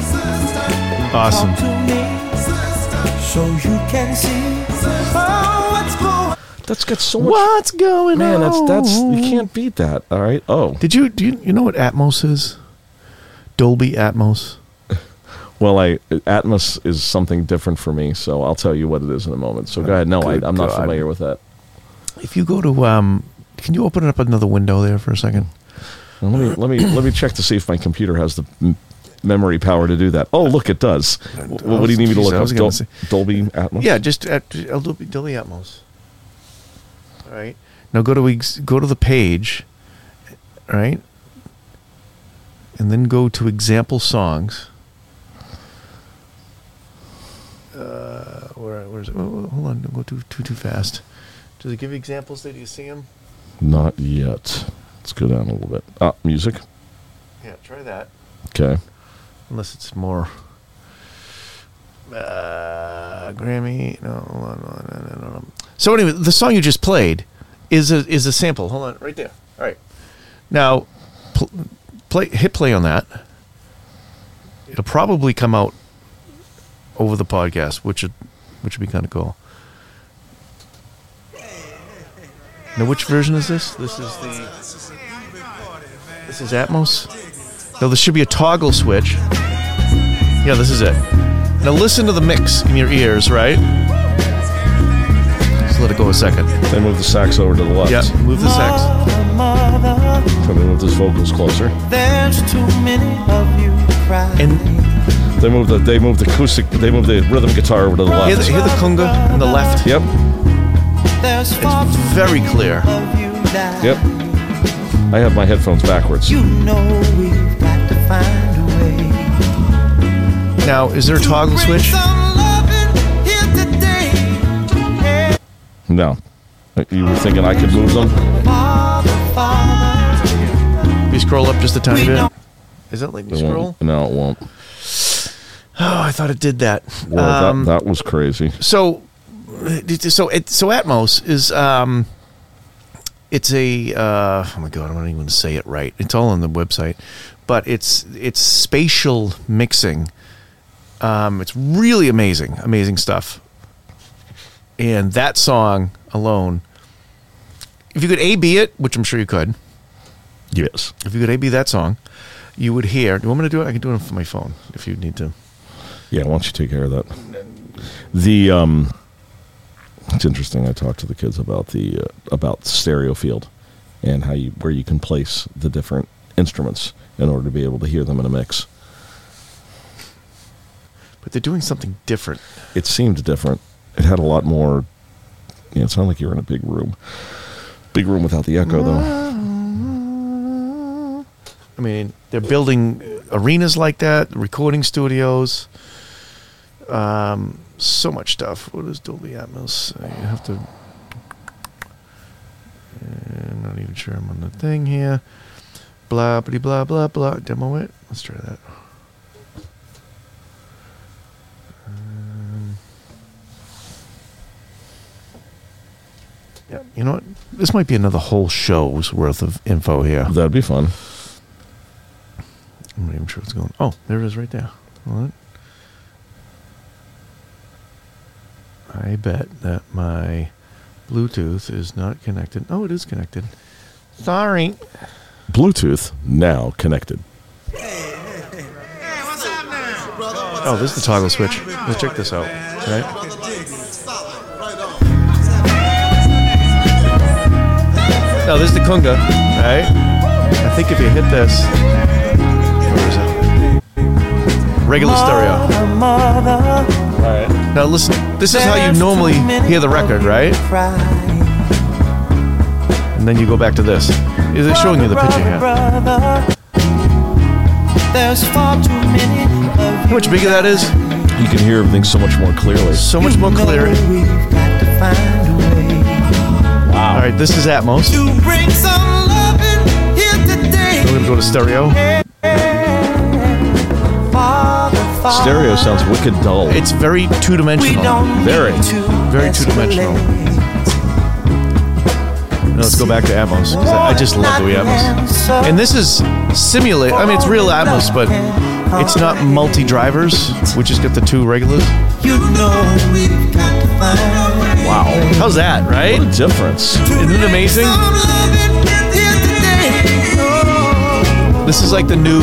A: Awesome.
D: Talk to me so you can see. Oh, what's going
C: That's got so much.
A: What's going
C: Man,
A: on?
C: that's that's you can't beat that. All right. Oh,
A: Did you do you, you know what Atmos is? Dolby Atmos.
C: well, I Atmos is something different for me, so I'll tell you what it is in a moment. So go ahead. No, I,
A: Oh, Good
C: I'm not
A: God.
C: familiar with that.
A: If you go to um, can you open up another window there for a second?
C: Now, let me let me let me check to see if my computer has the m- memory power to do that. Oh, look, it does. W- What, do you need me to
A: Jeez,
C: look
A: I
C: up?
A: was gonna
C: Dol-
A: say-
C: Dolby Atmos.
A: Yeah, just at, uh, Dolby, Dolby Atmos. All right. Now go to ex- go to the page, all right? And then go to example songs. Uh, where where's it? Oh, oh, hold on, don't go too too too fast. Does it give you examples? There, do you see them?
C: Not yet. Let's go down a little bit. Ah, music.
A: Yeah, try that.
C: Okay.
A: Unless it's more. Uh, Grammy. No, hold on, hold on, hold on, hold on. So anyway, the song you just played is a is a sample. Hold on, right there. All right. Now, pl- play hit play on that. It'll probably come out over the podcast, which would which would be kind of cool. Now, which version is this? This is the this is Atmos. No, there should be a toggle switch. Yeah, this is it. Now listen to the mix in your ears, right? Just let it go a second.
C: Then move the sax over to the left.
A: Yeah, move the sax.
D: on? Mother,
C: Then move those vocals closer.
D: there's too many of you crying.
A: And
C: They moved the they moved the acoustic they moved the rhythm guitar over to the
A: hear the,
C: left.
A: hear the conga on the left.
C: Yep,
D: there's far too
A: Very
D: many
A: clear.
D: of you now.
C: yep. I have my headphones backwards.
D: You know we've got to find a way.
A: Now, is there a toggle switch?
C: No, you were thinking I could move them.
A: You scroll up just a tiny bit. Is that letting you
C: It
A: scroll?
C: won't. No, it won't.
A: Oh, I thought it did that.
C: Well,
A: Um,
C: that, that was crazy.
A: so so it, so Atmos is um it's a uh, oh my god I'm not even going to say it right it's all on the website but it's it's spatial mixing um it's really amazing amazing stuff and that song alone if you could A B it which I'm sure you could
C: Yes.
A: if you could A B that song you would hear do you want me to do it I can do it from my phone if you need to
C: Yeah. Why don't you take care of that? The um, it's interesting. I talked to the kids about the uh, about stereo field and how you where you can place the different instruments in order to be able to hear them in a mix.
A: but they're doing something different
C: it seemed different. It had a lot more. You know, it sounded like you were in a big room. Big room without the echo, though.
A: I mean, they're building arenas like that, recording studios, um, so much stuff. What is Dolby Atmos? I have to. eh, I'm not even sure I'm on the thing here. Blah, blah, blah, blah, blah. Demo it. Let's try that. Um, Yeah, you know what? This might be another whole show's worth of info here.
C: That'd be fun.
A: I'm not even sure what's going. Oh, there it is, right there. Hold on. I bet that my Bluetooth is not connected. Oh, it is connected. Sorry.
C: Bluetooth now connected.
A: Oh, this is the toggle switch. Let's check this out. Right? No, Oh, this is the conga. Right? I think if you hit this, where is it? Regular stereo.
D: Mother,
A: Now listen, this is how you normally hear the record, right?
D: Crying.
A: And then you go back to this. Is it showing you the picture here?
D: Brother, there's far too many of
A: How much bigger that is?
C: You can hear everything so much more clearly.
A: So much more clear.
D: We've got to find a way
A: All right, this is Atmos.
D: to bring some loving here today.
A: We're gonna go to stereo.
D: Father,
C: Stereo sounds wicked dull.
A: It's very two
G: We
A: dimensional.
G: don't
C: Very.
G: need to
A: Very two-dimensional.
G: escalate.
A: Let's go back to Atmos. 'cause I just love the way Atmos. And this is simulate. I mean, it's real Atmos, but it's not multi drivers. We just got the two regulars.
G: You know we've got to find
C: Wow.
A: How's that, right?
C: What a difference.
A: Isn't it amazing?
G: some loving in here today. Oh,
A: This is like the new,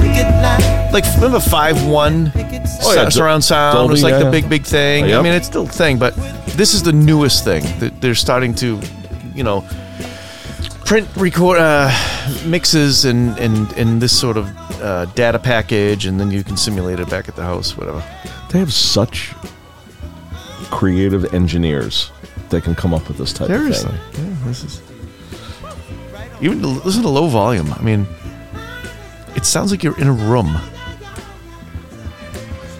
G: picket line,
A: like remember five one
G: picket
A: oh,
C: yeah,
A: surround sound
C: Dolby,
A: was like
C: yeah.
A: the big big thing.
C: Yep.
A: I mean, it's still a thing, but this is the newest thing. Th- They're starting to, you know, print record uh, mixes and and and this sort of uh, data package, and then you can simulate it back at the house, whatever.
C: They have such creative engineers that can come up with this type of
A: Seriously,
C: thing.
A: yeah, this is. Even to listen to low volume. I mean, it sounds like you're in a room,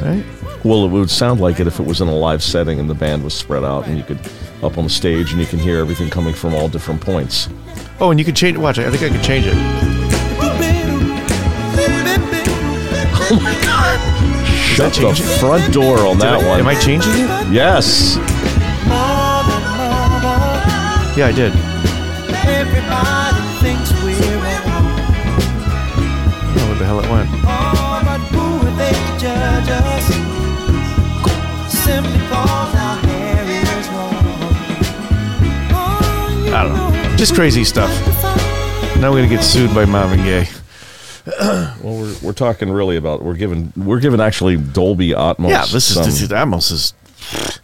A: right?
C: Well, it would sound like it if it was in a live setting and the band was spread out and you could up on the stage and you can hear everything coming from all different points.
A: Oh, and you can change. Watch, I think I can change it.
C: Oh my god! Shut the
A: change it?
C: front door on that
A: Did I-
C: one.
A: Am I changing it?
C: yes.
A: Yeah, I did.
G: Everybody thinks we're wrong, Oh,
A: I don't know Oh, what the hell it went.
G: but who are they to judge us? Simply 'cause our hair is Oh, long.
A: I don't know. Just crazy stuff. Now we're gonna get sued by Marvin Gaye.
C: Well, we're, we're talking really about we're giving we're giving actually Dolby Atmos.
A: Yeah, this is
C: some-
A: this is Amos is.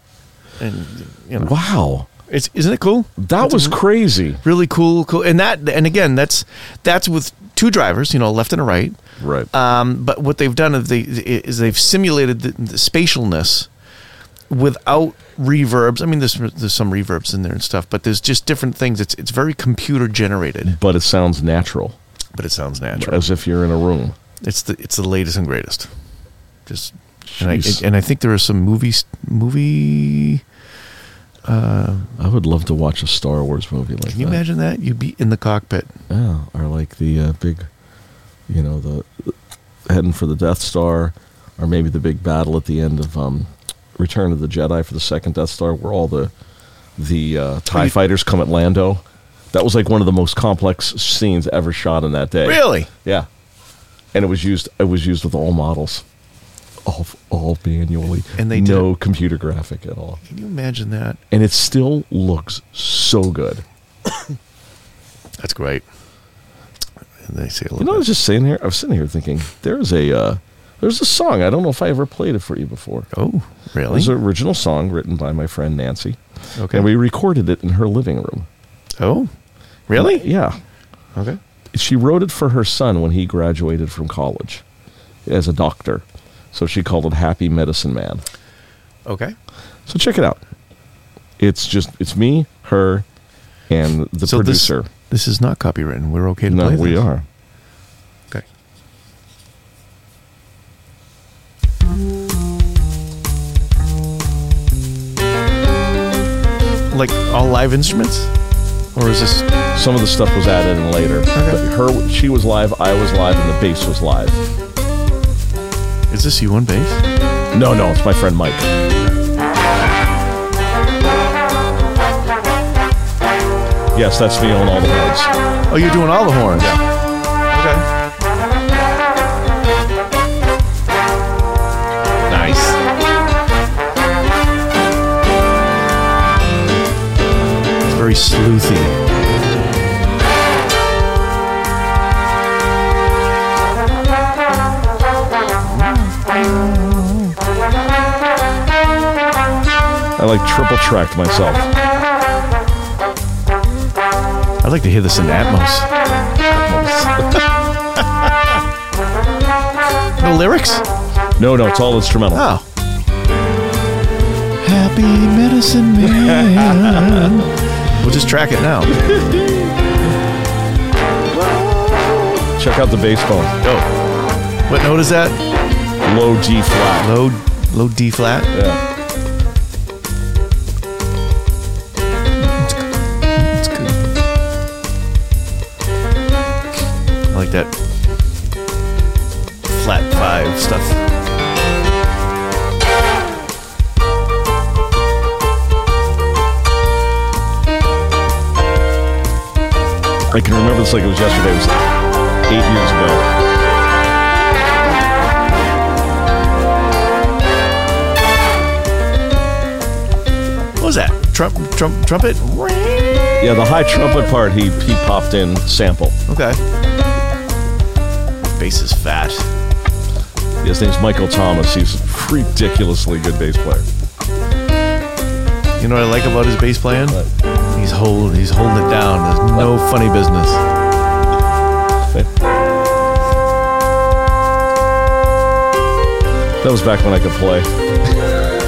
A: And you know,
C: wow.
A: it's isn't it cool?
C: That was crazy.
A: really cool, cool, and that and again, that's that's with two drivers, you know, left and a right.
C: Right.
A: Um, but what they've done is, they, is they've simulated the, the spatialness without reverbs. I mean, there's there's some reverbs in there and stuff, but there's just different things. It's it's very computer generated,
C: but it sounds natural,
A: but it sounds natural.
C: as if you're in a room.
A: It's the it's the latest and greatest. Just and I
C: Jeez.
A: and I think there are some movies movie.
C: I would love to watch a Star Wars movie like
A: Can you
C: that.
A: imagine that? You'd be in the cockpit.
C: Yeah, or like the uh, big, you know, the heading for the Death Star, or maybe the big battle at the end of um, Return of the Jedi for the second Death Star, where all the the uh, Tie
A: you-
C: fighters come at Lando. That was like one of the most complex scenes ever shot in that day.
A: Really?
C: Yeah, and it was used. It was used with all models, all all manually,
A: And they did
C: no computer graphic at all,
A: Can you imagine that?
C: and it still looks so good.
A: That's great. And they say a
C: You
A: little
C: know, I was
A: bit.
C: just sitting here. I was sitting here thinking, there's a uh, there's a song. I don't know if I ever played it for you before.
A: Oh,
C: It
A: really?
C: was an original song written by my friend Nancy,
A: okay.
C: and we recorded it in her living room.
A: oh, really?
C: Yeah,
A: Okay.
C: she wrote it for her son when he graduated from college as a doctor. So she called it "Happy Medicine Man."
A: Okay.
C: So check it out. It's just it's me, her, and the
A: So this-
C: producer.
A: This is not copywritten. We're okay to
C: no,
A: play
C: we
A: this.
C: are.
A: Okay. Like all live instruments? Or is this
C: Some of the stuff was added in later. But her, she was live, I was live, and the bass was live.
A: is this you on bass?
C: No, no, it's my friend Mike. Yes, that's me on all the horns.
A: Oh, you're doing all the horns. Okay.
C: Nice.
A: It's very sleuthy.
C: I like triple tracked myself.
A: I'd like to hear this in Atmos. No lyrics?
C: No, no, it's all instrumental.
A: Oh. Happy medicine man. we'll just track it now.
C: Check out the bass phone.
A: Oh. What note is that?
C: Low G flat.
A: Low low D flat.
C: Yeah.
A: It's good. I like that flat five stuff.
C: I can remember this like it was yesterday. It was eight years ago.
A: What was that? Trump, Trump, trumpet.
C: Yeah, the high trumpet part he he popped in sample.
A: Okay. Bass is fat.
C: His name's Michael Thomas. He's a ridiculously good bass player.
A: You know what I like about his bass playing? He's holding, he's holding it down. There's no funny business.
C: That was back when I could play.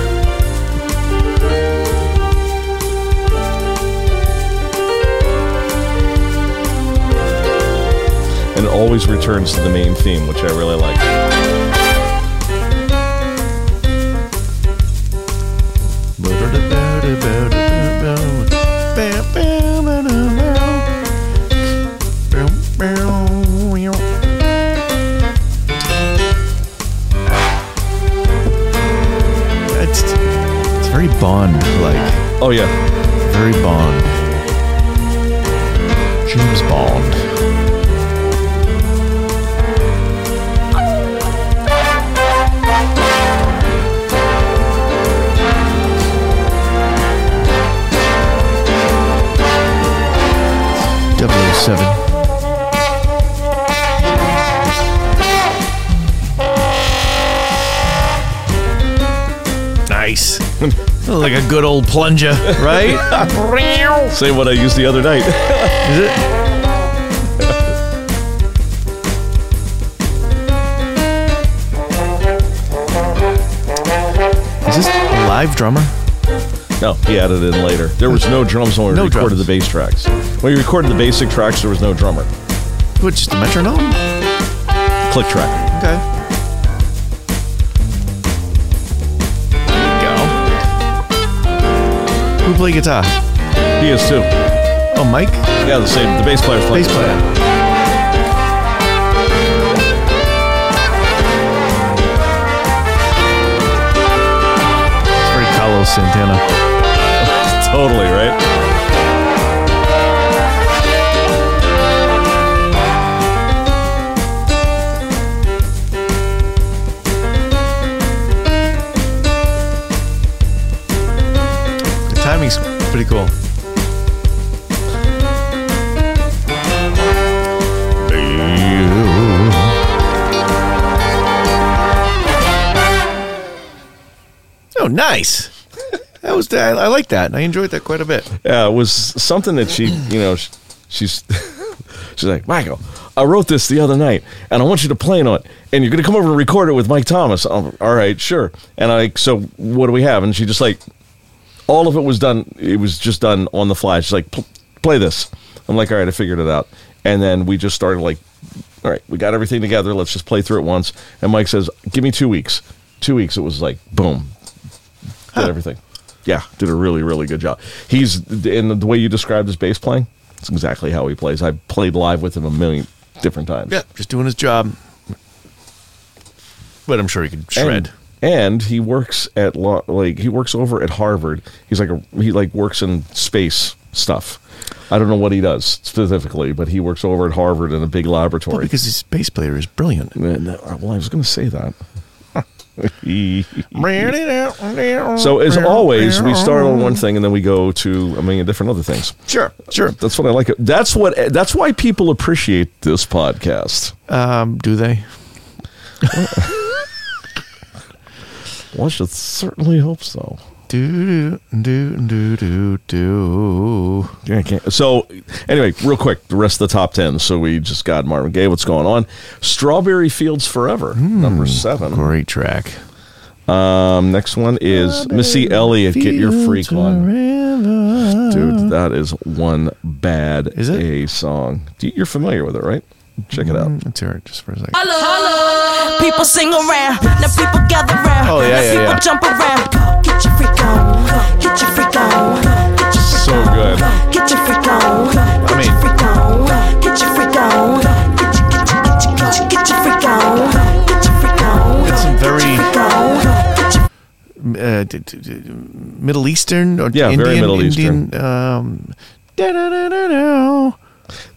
C: And it always returns to the main theme, which I really like.
A: It's, it's very Bond like.
C: Oh yeah.
A: Very Bond. James Bond. Double O seven. Nice. like a good old plunger, right?
C: Say what I used the other night.
A: Is it? Is this a live drummer?
C: No, Oh, he added in later. There was no drums when we
A: No
C: recorded
A: drums.
C: the bass tracks. When we recorded the basic tracks, there was no drummer.
A: What, just a metronome?
C: Click track.
A: Okay. There you go. Who play guitar?
C: He is too.
A: Oh, Mike?
C: Yeah, the same. The bass player's playing.
A: Bass player. It's very Carlos Santana.
C: Totally right.
A: The timing's pretty cool. Oh, nice. That was I, I like that. I enjoyed that quite a bit.
C: Yeah, it was something that she, you know, sh- she's she's like, Michael, I wrote this the other night, and I want you to play on it, and you're gonna come over and record it with Mike Thomas. I'm, All right, sure. And I like, so what do we have? And she just like, all of it was done. It was just done on the fly. She's like, "Pl- play this. I'm like, all right, I figured it out. And then we just started like, all right, we got everything together. Let's just play through it once. And Mike says, give me two weeks. Two weeks. It was like, boom, did everything. Yeah, did a really really good job. He's and the way you described his bass playing, it's exactly how he plays. I played live with him a million different times.
A: Yeah, just doing his job. But I'm sure he could shred.
C: And, and he works at law, like he works over at Harvard. He's like a he like works in space stuff. I don't know what he does specifically, but he works over at Harvard in a big
A: Well,
C: laboratory.
A: because his bass player is brilliant.
C: And, uh, well, I was going to say that.
A: so
C: So as always, we start on one thing and then we go to a million different other things.
A: Sure, sure.
C: That's what I like. That's what. That's why people appreciate this podcast.
A: Um, do they?
C: One should certainly hope so.
A: Do do do do do.
C: Yeah, I can't. So, anyway, real quick, the rest of the top ten. So we just got Marvin Gaye. What's going on? Strawberry Fields Forever,
A: Hmm,
C: number seven.
A: Great track.
C: Um, next one is Missy Elliott. Get your freak on, dude. That is one bad
A: Is it? Hmm.
C: a song. Do you- You're familiar with it, right? Check it out.
A: Let's hear it just for a second.
H: People sing around, now people gather around.
A: Oh, yeah,
H: now
A: yeah,
H: people
A: yeah.
H: jump around. Get your freak on, get your freak on, get your freak
C: So
H: on,
C: good.
H: get your freak on, get
A: mean-
H: your freak on, get your freak on, get your get your get your get your get your freak on, get your freak on,
A: It's some very
H: freak on, get your
A: uh, d- d- d- Middle Eastern or
C: Yeah,
A: Indian,
C: very Middle
A: Indian, Um, da-da-da-da-da.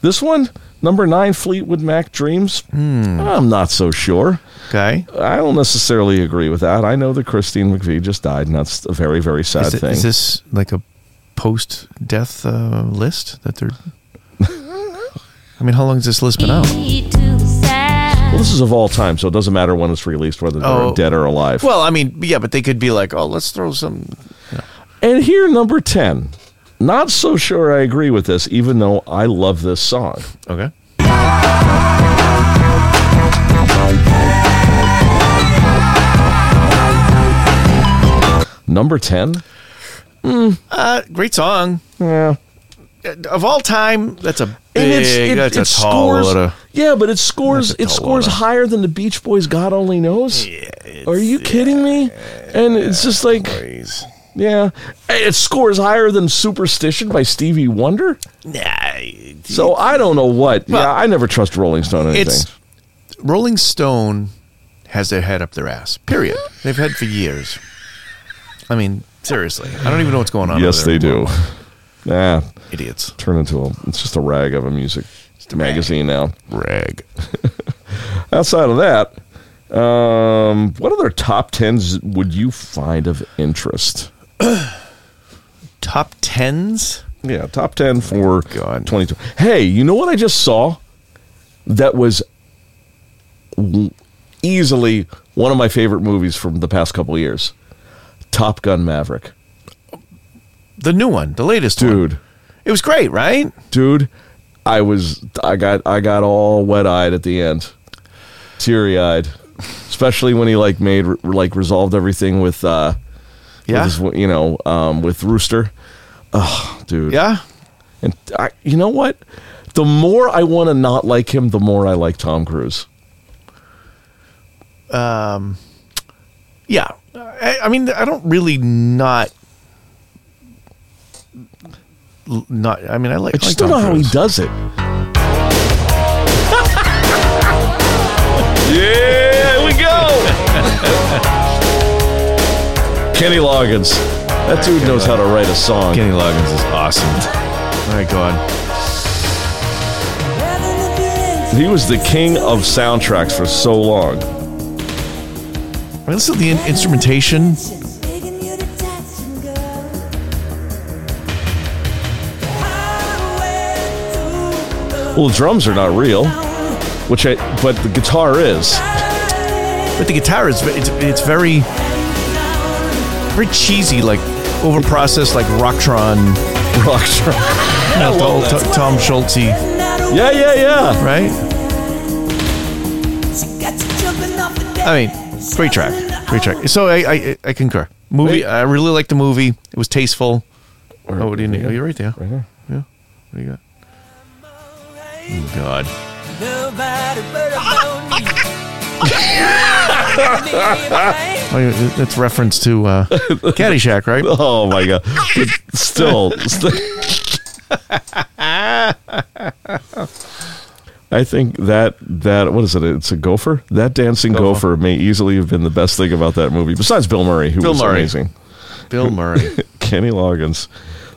C: This one, number nine, Fleetwood Mac Dreams.
A: Hmm.
C: I'm not so sure.
A: Okay.
C: I don't necessarily agree with that. I know that Christine McVie just died, and that's a very, very sad
A: Is, it-
C: thing.
A: is this like a post death uh, list that they're. I mean, how long has this list been out?
C: well, this is of all time, so it doesn't matter when it's released, whether they're
A: Oh.
C: dead or alive.
A: Well, I mean, yeah, but they could be like, oh, let's throw some.
C: And here, number 10. Not so sure I agree with this, even though I love this song.
A: Okay.
C: Number 10?
A: Uh, great song. Uh,
C: Yeah.
A: Of all time, that's a big, that's a tall order.
C: Yeah, but it scores
A: That's a
C: it
A: tall
C: scores
A: order.
C: higher than the Beach Boys God only knows. Are you kidding me? And it's just like yeah, it scores higher than Superstition by Stevie Wonder. So I don't know what. yeah, I never trust Rolling Stone or anything.
A: It's Rolling Stone has their head up their ass. Period. They've had for years. I mean, seriously, I don't even know what's going on.
C: yes,
A: over
C: they
A: there.
C: do. Yeah,
A: Idiots.
C: turn into a it's just a rag of a music magazine now.
A: Rag.
C: Outside of that, um, what other top tens would you find of interest?
A: Top tens.
C: Yeah, top 10 for
A: God.
C: 22. Hey, you know what I just saw? That was w- easily one of my favorite movies from the past couple of years. Top Gun Maverick.
A: The new one, the latest one.
C: Dude,
A: It was great, right?
C: dude, I was I got I got all wet-eyed at the end. Teary-eyed. Especially when he like made re- like resolved everything with uh
A: Yeah.
C: with his, you know, um with Rooster. Oh, dude.
A: Yeah.
C: And I, you know what? The more I want to not like him, the more I like Tom Cruise.
A: Yeah. I, I mean, I don't really not. l- Not. I mean, I like.
C: I just
A: like
C: don't know
A: Tom
C: how he
A: Cruise.
C: does it. yeah, here we go. Kenny Loggins. That dude knows how to write a song.
A: Kenny Loggins is awesome. My God.
C: He was the king of soundtracks for so long.
A: I mean, listen to the in- instrumentation.
C: Well, the drums are not real, which I, but the guitar is.
A: But the guitar is it's it's very very cheesy, like overprocessed, like Rocktron,
C: Rock drum.
A: not the old T- Tom Schultzy,
C: Yeah, yeah, yeah.
A: right? I mean, great track, great track. So I I, I concur. Movie,
C: Wait.
A: I really liked the movie. It was tasteful. oh, what do you need? Oh, you're right there.
C: Right here.
A: Yeah. What do you got? Oh, God.
G: Nobody but alone. I
A: Oh, you- that's reference to uh, Caddyshack, right?
C: Oh my god. But still, st- I think that that what is it? It's a gopher. That dancing gopher, may easily have been the best thing about that movie, besides Bill Murray, who
A: Bill
C: was
A: Murray.
C: amazing.
A: Bill Murray.
C: Kenny Loggins,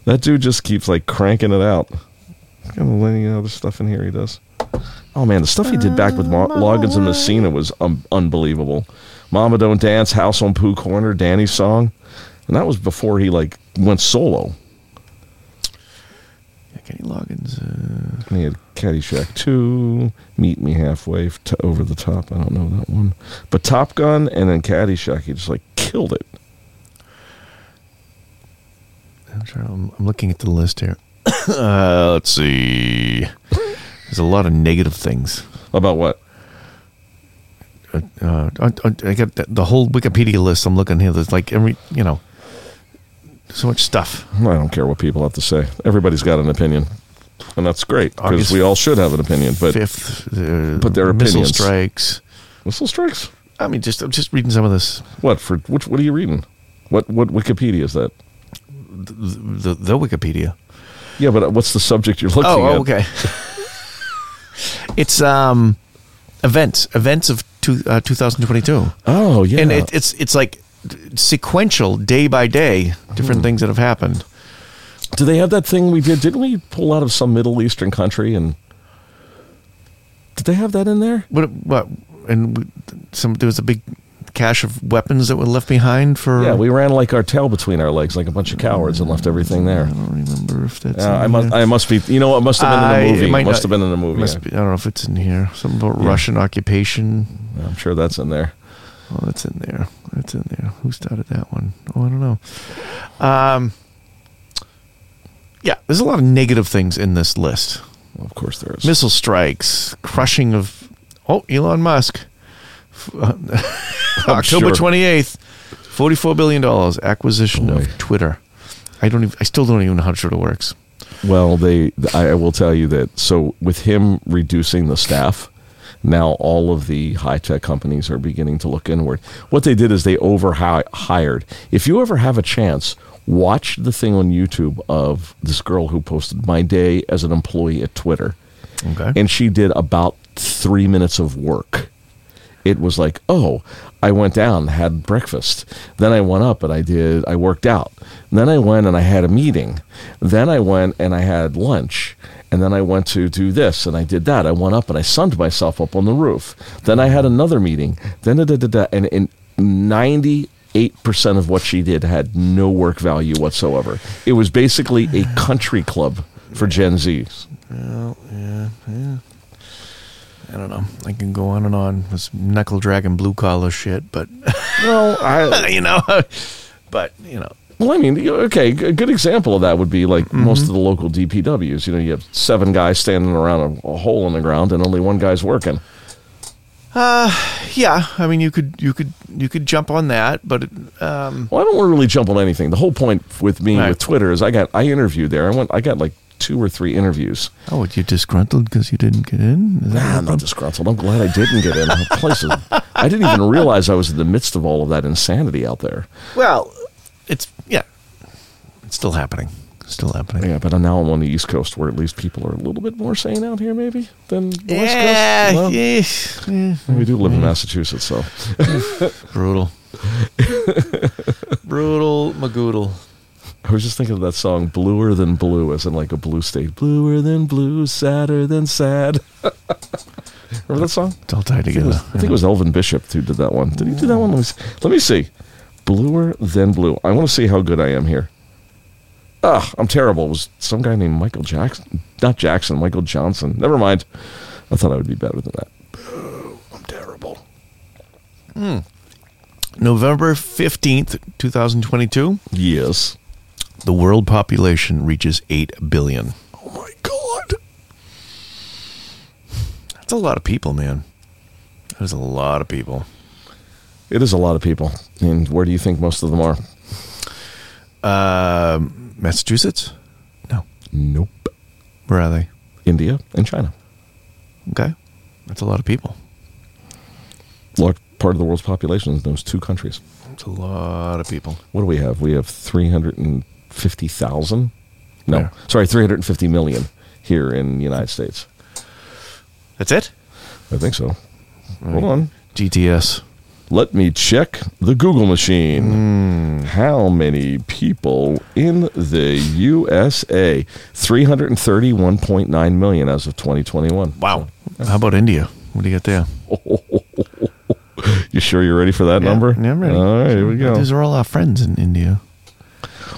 C: that dude just keeps like cranking it out. He's got a litany of other stuff in here he does. Oh man, the stuff he did back with Mo- Loggins and Messina was um, unbelievable. Mama Don't Dance, House on Pooh Corner, Danny's song, and that was before he like went solo.
A: Kenny Loggins. Uh,
C: And he had Caddyshack 2, Meet Me Halfway to Over the Top. I don't know that one. But Top Gun and then Caddyshack, he just like killed it.
A: I'm trying. I'm, I'm looking at the list here. uh, let's see. There's a lot of negative things.
C: About what?
A: Uh, I, I- I got the, the whole Wikipedia list. I'm looking here. There's like every you know, so much stuff.
C: I don't care what people have to say. Everybody's got an opinion. And that's great because
A: August
C: we all should have an opinion. But
A: Fifth, uh,
C: But their
A: missile
C: opinions.
A: strikes.
C: missile strikes?
A: I mean, just I'm just reading some of this.
C: What for? Which? What are you reading? What? What Wikipedia is that?
A: The, the Wikipedia.
C: Yeah, but uh, what's the subject you're looking
A: Oh,
C: at?
A: oh, okay. it's um, events, events of two, uh, 2022.
C: Oh, yeah.
A: and it,
C: Hmm.
A: it's it's like sequential day by day different things that have happened
C: Do they have that thing we did? Didn't we pull out of some Middle Eastern country and did they have that in there?
A: What? What? And we, some there was a big cache of weapons that were left behind for.
C: Yeah, we ran like our tail between our legs, like a bunch of cowards, and left everything there.
A: I don't remember if that's.
C: Uh, I
A: in
C: must.
A: here.
C: I must be. You know, what? must have been in
A: I-
C: the
A: it
C: movie.
A: might
C: must
A: not-
C: have been in the movie.
A: must be- I don't know if it's in here. Something about
C: Yeah.
A: Russian occupation.
C: I- I'm sure that's in there.
A: Oh, that's in there. That's in there. Who started that one? Oh, I don't know. Um, yeah, there's a lot of negative things in this list.
C: Of course, there is.
A: Missile strikes, crushing of. Oh, Elon Musk. F- uh, October
C: sure.
A: 28th, $44 billion acquisition
C: Boy.
A: of Twitter. I don't. Even, I still don't even know how Twitter works.
C: Well, they. I, I will tell you that. So with him reducing the staff, now all of the high tech companies are beginning to look inward. What they did is they over hired. If you ever have a chance, watch the thing on YouTube of this girl who posted my day as an employee at Twitter.
A: Okay.
C: and she did about three minutes of work. It was like, oh, I went down, had breakfast. Then I went up and I did, I worked out. Then I went and I had a meeting. Then I went and I had lunch. And then I went to do this and I did that. I went up and I sunned myself up on the roof. Then I had another meeting. Then da da da da. And, and 98% of what she did had no work value whatsoever. It was basically a country club for Gen Zs.
A: I don't know. I can go on and on with some knuckle dragging blue collar shit, but
C: Well, I,
A: you know, but you know,
C: Well, I mean, you- okay, a good example of that would be like most of the local DPWs. You know, you have seven guys standing around a, a hole in the ground and only one guy's working.
A: yeah. I mean, you could you could you could jump on that, but um,
C: Well, I don't want to really jump on anything. The whole point with me
A: Right.
C: with Twitter is I got I interviewed there. I went I got like two or three interviews.
A: oh, you're disgruntled because you didn't get in. Is
C: Nah, I'm not disgruntled. I'm glad I didn't get in. The place is- I didn't even realize I was in the midst of all of that insanity out there.
A: well, it's yeah, it's still happening, still happening.
C: Yeah, but now I'm on the East Coast where at least people are a little bit more sane out here, maybe than the West Coast. Well,
A: yes, yeah.
C: We do live in Massachusetts, so
A: brutal, brutal, magoodle.
C: I was just thinking of that song "Bluer Than Blue," as in like a blue state. Bluer than blue, sadder than sad. Remember that song?
A: It's all tied
C: I think, it
A: together.
C: was, I think it was Elvin Bishop who did that one. Did he do that one? Let me see. Let me see. Bluer than blue. I want to see how good I am here. Ah, I'm terrible. It was some guy named Michael Jackson? Not Jackson. Michael Johnson. Never mind. I thought I would be better than that. I'm terrible.
A: November fifteenth, two thousand twenty-two.
C: Yes.
A: The world population reaches eight billion.
C: Oh my God.
A: That's a lot of people, man. That is a lot of people.
C: It is a lot of people. And where do you think most of them are?
A: Um, Massachusetts? No.
C: Nope.
A: Where are they?
C: India and China.
A: Okay. That's a lot of people.
C: large part of the world's population is those two countries.
A: It's a lot of people.
C: What do we have? We have 350,000? No,
A: Yeah.
C: sorry, 350 million here in the United States.
A: That's it?
C: I think so. Hold on.
A: GTS.
C: Let me check the Google machine.
A: Hmm.
C: How many people in the USA? 331.9 million as of 2021.
A: Wow. How about India? What do you got there?
C: You sure you're ready for that number?
A: Yeah, I'm ready.
C: All right, here we go.
A: These are all our friends in India.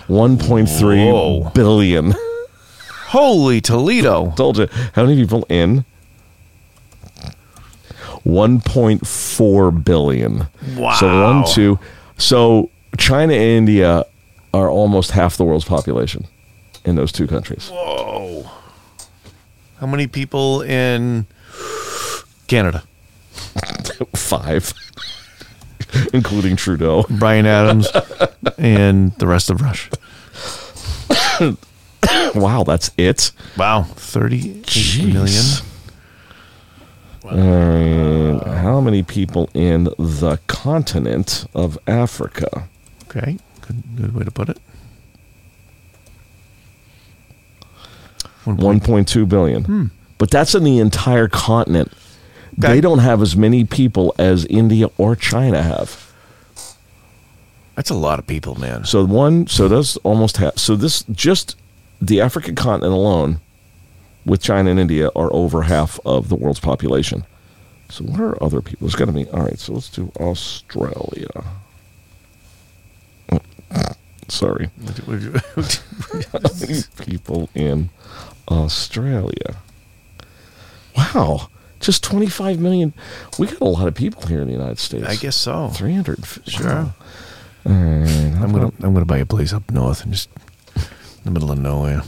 C: 1.3
A: Whoa.
C: billion.
A: Holy Toledo.
C: Told you. How many people in? 1.4 billion.
A: Wow.
C: So one, two. So China and India are almost half the world's population in those two countries.
A: Whoa. How many people in Canada?
C: Five, including Trudeau.
A: Brian Adams and the rest of Rush.
C: Wow, that's it.
A: Wow. 38
C: Jeez.
A: million.
C: And how many people in the continent of Africa?
A: Okay. Good, good way to put it.
C: 1.2 billion. But that's in the entire continent.
A: Okay.
C: They don't have as many people as India or China have.
A: That's a lot of people, man.
C: So one, so that's almost half. So this just the African continent alone, with China and India, are over half of the world's population. So what are other people? There's got to be. All right, so let's do Australia. Sorry. people in Australia. Wow. Just 25 million. We got a lot of people here in the United States.
A: I guess so.
C: 300.
A: Sure.
C: All right.
A: I'm gonna I'm gonna buy a place up north and just in the middle of nowhere.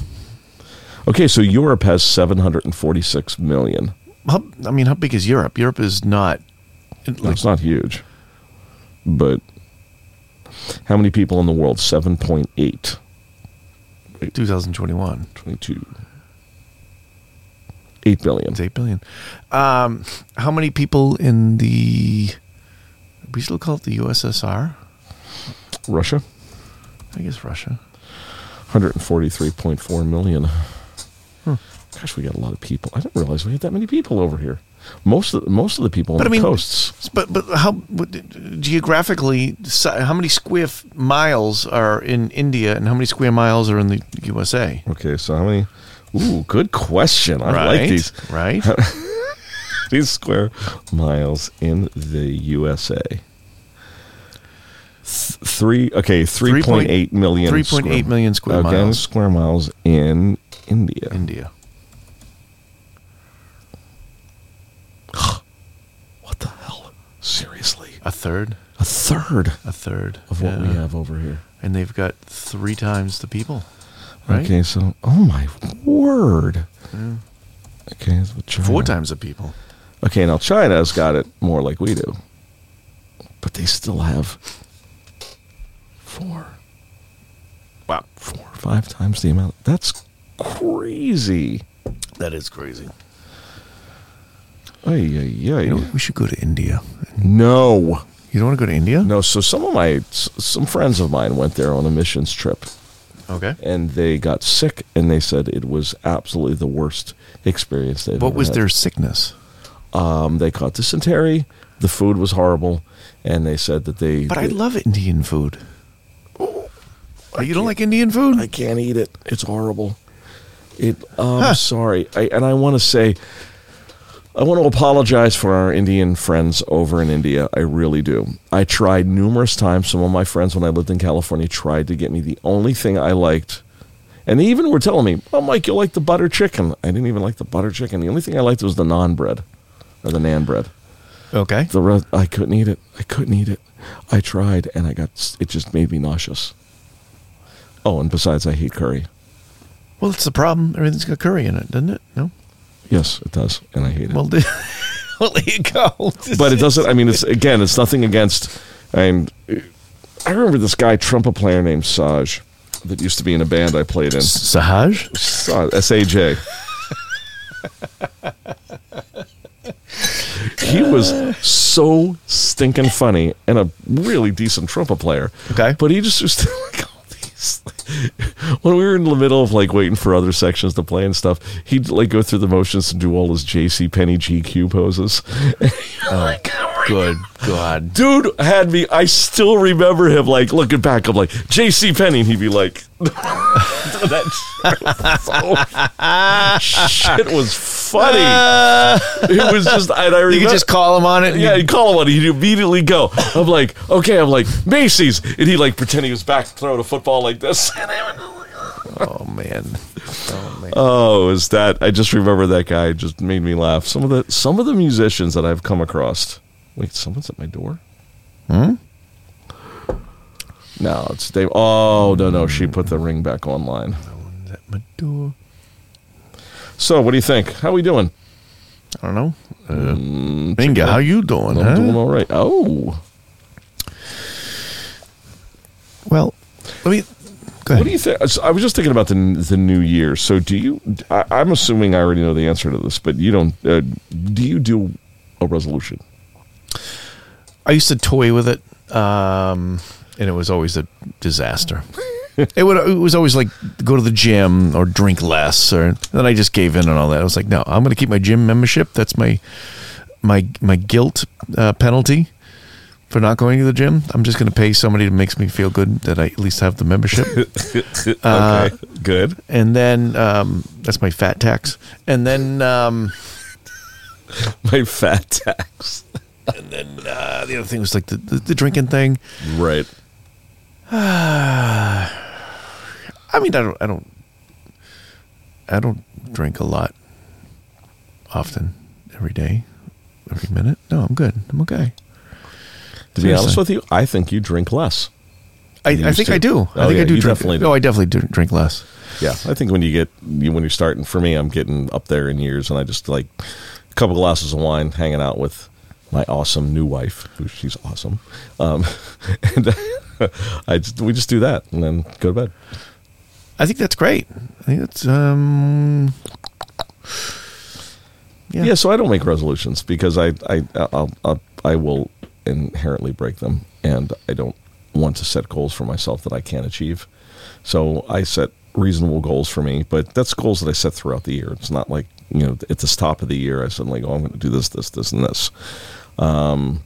C: Okay, so Europe has 746 million.
A: How, I mean, how big is Europe? Europe is not it- like
C: It's not huge. But how many people in the world? 7.8.
A: 2021.
C: 22. 8 billion.
A: It's eight billion. Um, how many people in the we still call it the USSR?
C: Russia?
A: I guess Russia.
C: 143.4 million.
A: Hmm.
C: Gosh, we got a lot of people. I didn't realize we had that many people over here. Most of most of the people on
A: But I
C: the
A: mean,
C: coasts.
A: But but how what- geographically? si- How many square f- miles are in India, and how many square miles are in the USA?
C: Okay, so how many? Ooh, good question. I like these
A: Right.
C: these square miles in the USA. Th- Three okay, three point eight million.
A: 3.8 million square
C: okay,
A: miles.
C: Square miles in India.
A: India.
C: what the hell? Seriously,
A: A third.
C: a third
A: A third
C: of what we
A: Yeah.
C: have over here.
A: and they've got three times the people. Right.
C: Okay, so oh my word. Okay, that's what China.
A: Four times the people.
C: Okay, now China's got it more like we do, but they still have four. Wow, four or five times the amount. That's crazy.
A: That is crazy.
C: Ay, ay, ay.
A: You know, we should go to India.
C: no,
A: You don't want to go to India?
C: no. So some of my s- some friends of mine went there on a missions trip,
A: Okay.
C: and they got sick, and they said it was absolutely the worst experience they've.
A: What
C: ever
A: was
C: had.
A: their sickness?
C: Um, they caught dysentery. The food was horrible, and they said that they.
A: But I love Indian food. Oh, you don't like Indian food?
C: I can't eat it. It's horrible. It. I'm sorry. I, and I want to say, I want to apologize for our Indian friends over in India. I really do. I tried numerous times. Some of my friends, when I lived in California, tried to get me the only thing I liked. And they even were telling me, "Oh, Mike, you like the butter chicken." I didn't even like the butter chicken. The only thing I liked was the naan bread, or the naan bread.
A: okay.
C: The rest, I couldn't eat it. I couldn't eat it. I tried, and I got. It just made me nauseous. Oh, and besides, I hate curry.
A: Well, that's the problem. Everything's got curry in it, doesn't it? No.
C: Yes, it does, and I hate it.
A: Well, the- well there you go.
C: but it doesn't. I mean, it's again, it's nothing against. And I remember this guy, trumpet player named Saj, that used to be in a band I played in.
A: Sahaj.
C: Saj, S A J. He was so stinking funny and a really decent trumpet player.
A: Okay.
C: But he just was like all these. when we were in the middle of like waiting for other sections to play and stuff, he'd like go through the motions and do all his JC Penny GQ poses.
A: Good God.
C: dude had me. I still remember him like looking back. I'm like J.C. Penny, and he'd be like, "That shit was funny." it was just, and I remember.
A: You could just call him on it. and
C: yeah,
A: you-
C: he'd call him on. it, He'd immediately go. I'm like, okay. I'm like Macy's, and he like pretend he was back throwing a football like this.
A: Oh man. Oh man.
C: Oh, is that? I just remember that guy just made me laugh. Some of the some of the musicians that I've come across. Wait, someone's at my door. Hmm. No, it's Dave. Oh no, no, she put the ring back online.
A: At my door.
C: So, what do you think? How we doing?
A: I don't know. Uh, Inga, how you doing?
C: I'm
A: huh?
C: doing all right. Oh,
A: Well, let me. Go ahead.
C: what do you think? I was just thinking about the the new year. So, do you? I, I'm assuming I already know the answer to this, but you don't. Uh, do you do a resolution?
A: I used to toy with it, um, and it was always a disaster. it would. It was always like go to the gym or drink less, or and then I just gave in on all that. I was like, no, I'm going to keep my gym membership. That's my my my guilt uh, penalty for not going to the gym. I'm just going to pay somebody that makes me feel good that I at least have the membership.
C: okay,
A: Uh,
C: good.
A: and then um, that's my fat tax. And then um,
C: My fat tax.
A: uh, the other thing was like the, the, the drinking thing.
C: Right.
A: I mean, I don't, I don't, I don't drink a lot, often, every day, every minute. No, I'm good. I'm okay.
C: To be honest with you, I think you drink less.
A: I,
C: You
A: I
C: used
A: think
C: to.
A: I do. I
C: Oh,
A: think
C: yeah,
A: I do
C: you
A: drink.
C: definitely do.
A: no, I definitely do drink less.
C: Yeah, I think when you get you, when you're starting for me, I'm getting up there in years, and I just like a couple glasses of wine, hanging out with my awesome new wife, who she's awesome, um, and I just, we just do that and then go to bed.
A: I think that's great. I think that's um. Yeah.
C: Yeah, so I don't make resolutions because I I I'll, I'll, I will inherently break them, and I don't want to set goals for myself that I can't achieve. So I set reasonable goals for me, but that's goals that I set throughout the year. It's not like you know at this top of the year I suddenly go, I'm going to do this, this, this, and this. Um,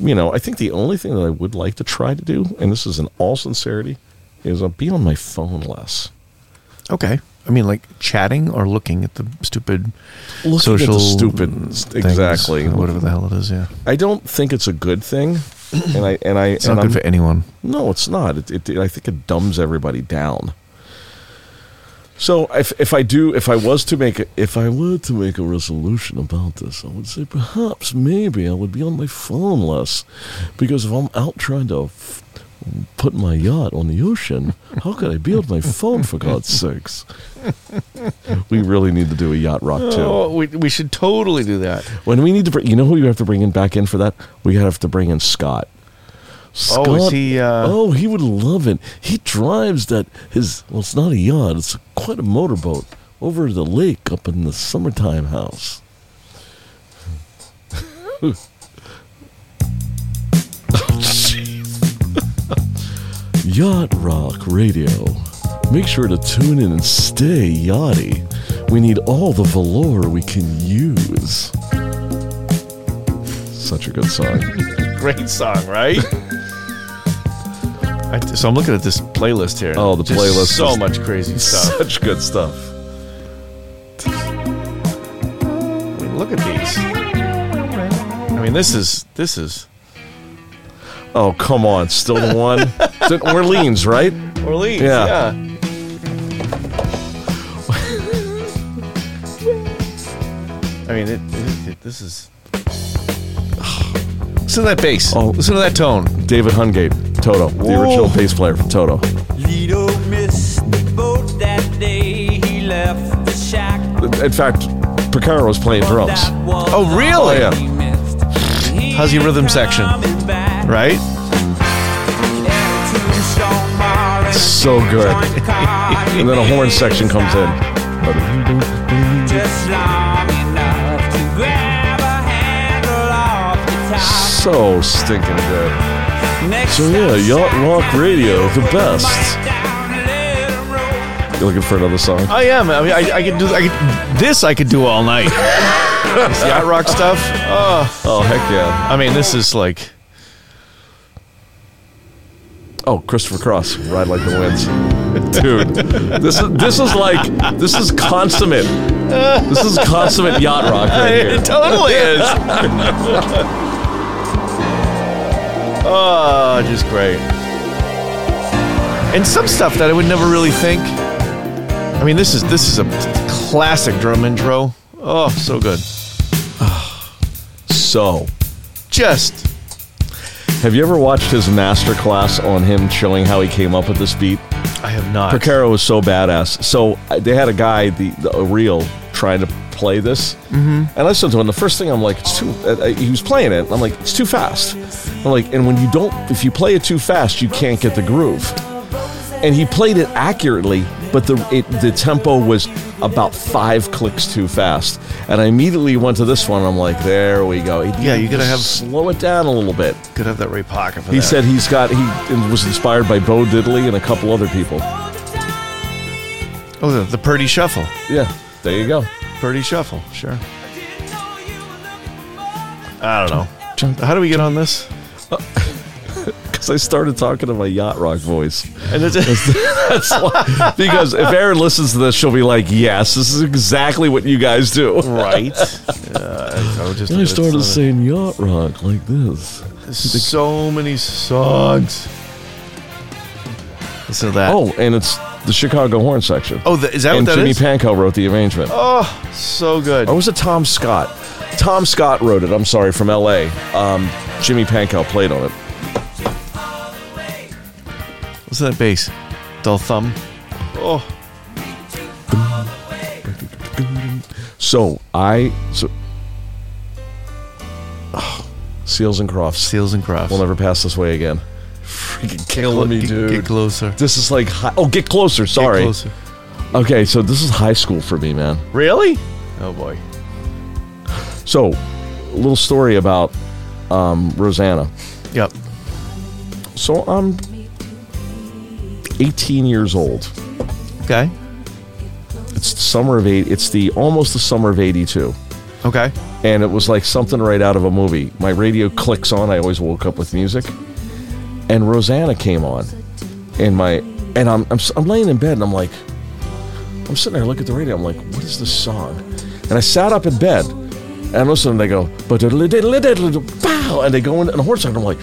C: you know, I think the only thing that I would like to try to do, and this is in all sincerity, is uh, be on my phone less.
A: Okay. I mean, like chatting or looking at the stupid
C: Looking at the
A: social
C: stupid-
A: things,
C: exactly.
A: whatever the hell it is. Yeah,
C: I don't think it's a good thing, and I and I
A: it's not good for anyone.
C: No, it's not. It, it, I think it dumbs everybody down. So if if I do if I was to make a, if I were to make a resolution about this, I would say perhaps maybe I would be on my phone less, because if I'm out trying to f- put my yacht on the ocean, how could I be on my phone for God's sakes? We really need to do a yacht rock too.
A: we we should totally do that.
C: When we need to, bring, you know who you have to bring in back in for that? We have to bring in Scott. Scott
A: Oh, is he, uh,
C: oh, he would love it. He drives that his. Well, it's not a yacht. It's quite a motorboat over the lake up in the summertime house. Oh, jeez. yacht Rock Radio. Make sure to tune in and stay yachty. We need all the velour we can use. Such a good song.
A: Great song, right? I, so I'm looking at this playlist here.
C: Oh, the
A: Just
C: playlist
A: So
C: is-
A: much crazy stuff.
C: Such good stuff.
A: I mean, look at these. I mean, this is this is
C: Oh, come on. Still the one? Is it Orleans, right?
A: Orleans.
C: Yeah.
A: I mean, it, it, it- this is. Listen to that bass.
C: Oh.
A: listen to that tone.
C: David Hungate, Toto, the original bass player from Toto.
G: Lido missed the boat that day. He left the shack.
C: In fact, Picaro was playing drums.
A: Oh, really?
C: yeah.
A: How's your rhythm section? Right?
C: So good. And then a horn section comes in.
G: Just long enough to grab a handle off the top.
C: So stinking good.
G: Next
C: So, yeah, Yacht Rock Radio, the best. You looking for another song?
A: I am. I mean, I, I could do. I could, this I could do all night. This yacht rock stuff. Oh,
C: Oh, heck yeah.
A: I mean, this is like.
C: Oh, Christopher Cross, Ride Like the Winds. Dude, this is this is like this is consummate. This is consummate yacht rock right here.
A: It totally is. oh, just great. And some stuff that I would never really think. I mean, this is this is a classic drum intro. Oh, so good.
C: So,
A: Just
C: have you ever watched his master class on him showing how he came up with this beat?
A: I have not.
C: Percaro was so badass. So I- they had a guy, the, the a reel, trying to play this, mm-hmm. and I listened to him. The first thing I'm like, it's too. Uh, uh, he was playing it. I'm like, it's too fast. I'm like, and when you don't, if you play it too fast, you can't get the groove. And he played it accurately, but the it, the tempo was about five clicks too fast. And I immediately went to this one. and I'm like, there we go.
A: Yeah, you gotta have-
C: slow it down a little bit.
A: Could have that Ray Parker for
C: He
A: that.
C: said he's got he was inspired by Bo Diddley and a couple other people.
A: "Oh, the, the Purdy Shuffle."
C: Yeah, there you go.
A: Purdy Shuffle. Sure. I don't know. How do we get on this?
C: Because I started talking in my yacht rock voice, and it's that's why, because if Aaron listens to this, she'll be like, "Yes, this is exactly what you guys do."
A: right? Uh, I was just
C: I started
A: it's-
C: saying yacht rock like this.
A: so many songs. Listen to that.
C: Oh, and it's the Chicago horn section.
A: oh, th- is that
C: and
A: what that
C: Jimmy
A: is?
C: Pankow wrote the arrangement.
A: oh, so good.
C: Or was it Tom Scott? Tom Scott wrote it. I'm sorry, from L.A. Um, Jimmy Pankow played on it.
A: Listen to that bass. Dull thumb. Oh,
C: So I so Ugh, Seals and Crofts.
A: Seals and Crofts.
C: We'll never pass this way again. Freaking killing me,
A: get,
C: dude.
A: Get closer.
C: this is like high- oh, get closer. Sorry.
A: Get closer.
C: Okay, so this is high school for me, man.
A: Really? Oh boy.
C: So, a little story about um, Rosanna.
A: Yep.
C: So I'm 18 years old.
A: Okay.
C: It's the summer of eight. It's the almost the summer of 82.
A: Okay.
C: and it was like something right out of a movie. My radio clicks on. I always woke up with music, and Rosanna came on, and my and I'm I'm, s- I'm laying in bed and I'm like, I'm sitting there looking at the radio. I'm like, what is this song? And I sat up in bed, and I'm listening. And they go, but pow, and they go in and the horn section. I'm like.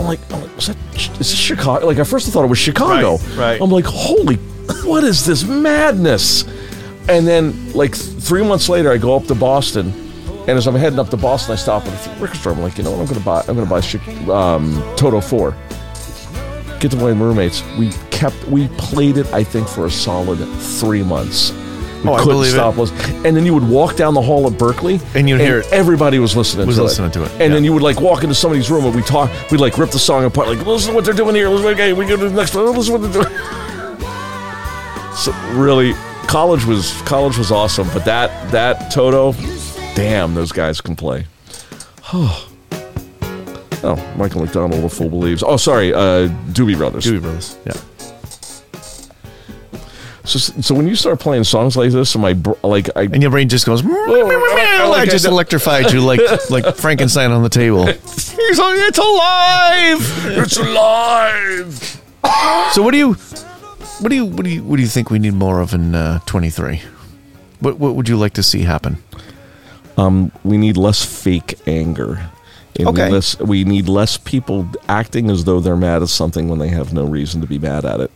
C: I'm like, I'm like, is that is this Chicago? Like, at first I thought it was Chicago.
A: Right, right.
C: I'm like, holy, what is this madness? And then, like th- three months later, I go up to Boston, and as I'm heading up to Boston, I stop at a liquor store. I'm like, you know what? I'm gonna buy. I'm gonna buy Chi- um, Toto Four. Get to my roommates. We kept. We played it. I think for a solid three months. We
A: Oh, I
C: couldn't
A: believe it.
C: stop listening. And then you would walk down the hall at Berkeley,
A: And you'd hear it.
C: Everybody was listening.
A: Was
C: to
A: listening
C: it.
A: to it,
C: And then
A: yeah.
C: you would like walk into somebody's room and we talk. We'd like rip the song apart. Like, listen to what they're doing here. Listen, okay, we go to the next one. Listen to what they're doing so really college was college was awesome but that that toto damn those guys can play oh michael mcdonald the fool believes oh sorry uh doobie brothers
A: Doobie Brothers. Yeah.
C: so, so when you start playing songs like this and my br- like i
A: And your brain just goes. Oh, I just electrified you like like Frankenstein on the table. He's like, it's alive.
C: it's alive
A: So what do you, what do you, what do you, what do you think we need more of in uh, 23? What what would you like to see happen?
C: we need less fake anger and we
A: Okay.
C: less- we need less people acting as though they're mad at something when they have no reason to be mad at it,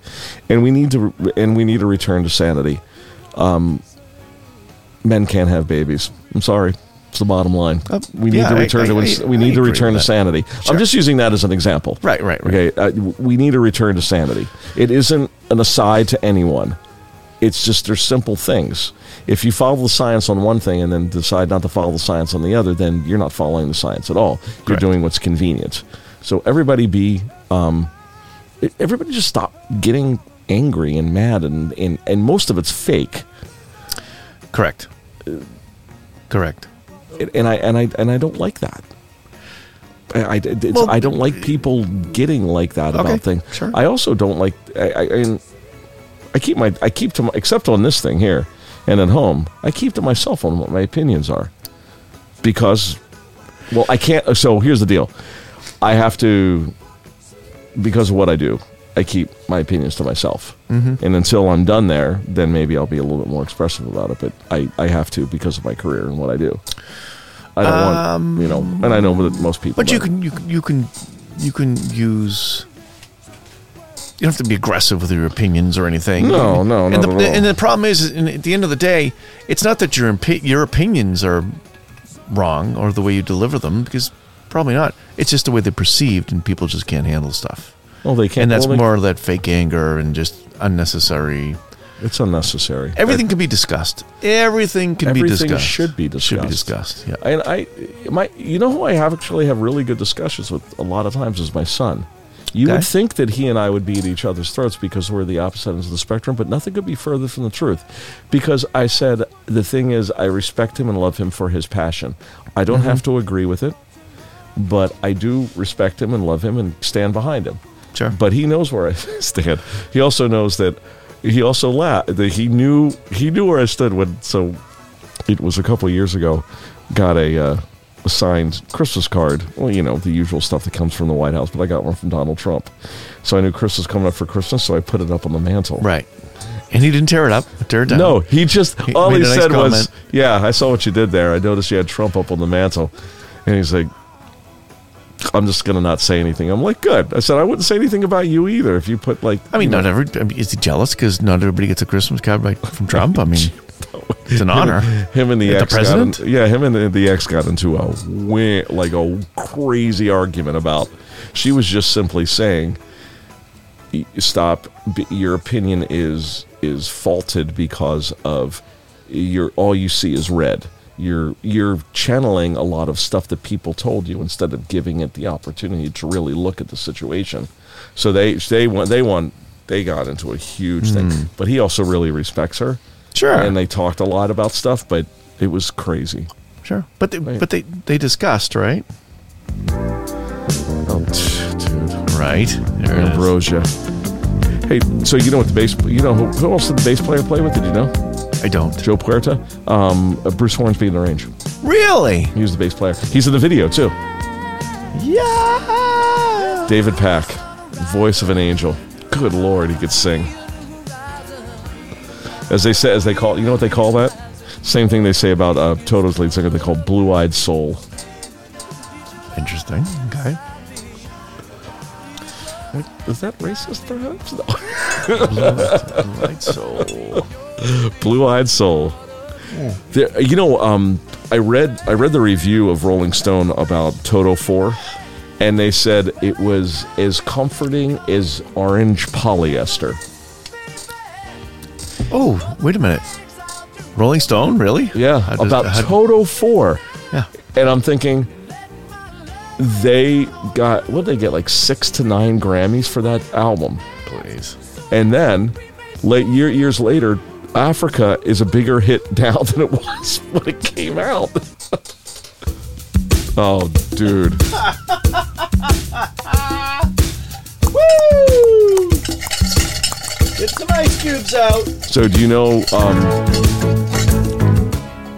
C: and we need to and we need a return to sanity. Um, men can't have babies. I'm sorry, it's the bottom line.
A: Uh,
C: we need
A: yeah,
C: to
A: I-
C: return
A: I-
C: to
A: I-
C: we
A: I
C: need to
A: agree
C: return to
A: with that.
C: sanity. I'm just using that as an example.
A: Right, right, right.
C: Okay, uh, w- we need a return to sanity. It isn't an aside to anyone. It's just they're simple things. If you follow the science on one thing and then decide not to follow the science on the other, then you're not following the science at all. You're
A: Correct.
C: doing what's convenient. So everybody be, um, e- everybody just stop getting angry and mad, and, and, and most of it's fake.
A: Correct. Correct.
C: And- And I and I and I don't like that. I, I, it's,
A: Well,
C: I don't like people getting like that about
A: Okay,
C: things.
A: sure.
C: I also don't like. I, I, and I keep my. I keep to my, except on this thing here, and at home. I keep to myself on what my opinions are, because, well, I can't. So here's the deal. I have to, because of what I do, I keep my opinions to myself.
A: Mm-hmm.
C: And until I'm done there, then maybe I'll be a little bit more expressive about it. But I, I have to because of my career and what I do. I don't want, you know, and I know that most people.
A: Um, But you
C: don't.
A: can you can you can you can use. You don't have to be aggressive with your opinions or anything.
C: No, no,
A: and
C: not
A: the,
C: at all.
A: And the problem is, is in- at the end of the day, it's not that your impi- your opinions are wrong or the way you deliver them, because probably not. It's just the way they're perceived, and people just can't handle stuff.
C: Oh, they can't.
A: And that's
C: well, they-
A: more of that fake anger and just unnecessary.
C: It's unnecessary.
A: Everything can be discussed. Everything can be
C: Everything
A: discussed.
C: should be
A: Should be discussed.
C: discussed.
A: Yeah.
C: And I, my, you know who I have actually have really good discussions with a lot of times is my son. You would
A: Okay.
C: think that he and I would be at each other's throats because we're the opposite ends of the spectrum, but nothing could be further from the truth. Because I said the thing is, I respect him and love him for his passion. I don't have to agree with it, but I do respect him and love him and stand behind him.
A: Sure.
C: But he knows where I stand. He also knows that he also la- that he knew he knew where I stood when so it was a couple years ago. Got a uh, a signed Christmas card. Well, you know, the usual stuff that comes from the White House, but I got one from Donald Trump. So I knew Chris was coming up for Christmas, so I put it up on the mantle.
A: Right. And he didn't tear it up, tear it down.
C: No, he just
A: He
C: all
A: made
C: he
A: a nice
C: said was,
A: comment.
C: "Yeah, I saw what you did there. I noticed you had Trump up on the mantle," and he's like, "I'm just gonna not say anything." I'm like, "Good." I said, "I wouldn't say anything about you either if you put like."
A: I mean,
C: you
A: not
C: know,
A: every. I mean, is he jealous because not everybody gets a Christmas card right from Trump? I mean, it's an honor.
C: Him and the
A: The
C: ex got in-
A: president?
C: yeah, him and the, the ex got into a wi- like a crazy argument about. She was just simply saying, "Y- "Stop! B- Your opinion is is faulted because of your all you see is red. You're you're channeling a lot of stuff that people told you instead of giving it the opportunity to really look at the situation." So they they went they won they got into a huge
A: Hmm.
C: thing, but he also really respects her.
A: Sure.
C: And they talked a lot about stuff, but it was crazy.
A: Sure, but they,
C: Right.
A: but they they discussed right,
C: Oh, t- dude.
A: right. There it is.
C: Ambrosia. Hey, so you know what the bass? You know who, who else did the bass player play with? Did you know
A: I don't
C: Joe Puerta? Um, uh, Bruce Hornsby in the range.
A: really.
C: He was the bass player. He's in the video too.
A: Yeah.
C: David Pack, voice of an angel. Good lord, he could sing. As they say, as they call, you know what they call that? Same thing they say about uh, Toto's lead singer. They call blue-eyed soul.
A: Interesting. Okay.
C: Is that racist, perhaps? No.
A: Right. So
C: Blue Eyed Soul. There, you know, um, I read I read the review of Rolling Stone about Toto Four, and they said it was as comforting as orange polyester.
A: oh, wait a minute. Rolling Stone, really?
C: Yeah,
A: How does-
C: about
A: how-
C: Toto Four,
A: Yeah.
C: and I'm thinking they got what did they get like six to nine Grammys for that album,
A: Please.
C: and then late year, years later. Africa is a bigger hit now than it was when it came out. oh, dude.
A: Get some ice cubes out.
C: So do you know? Um,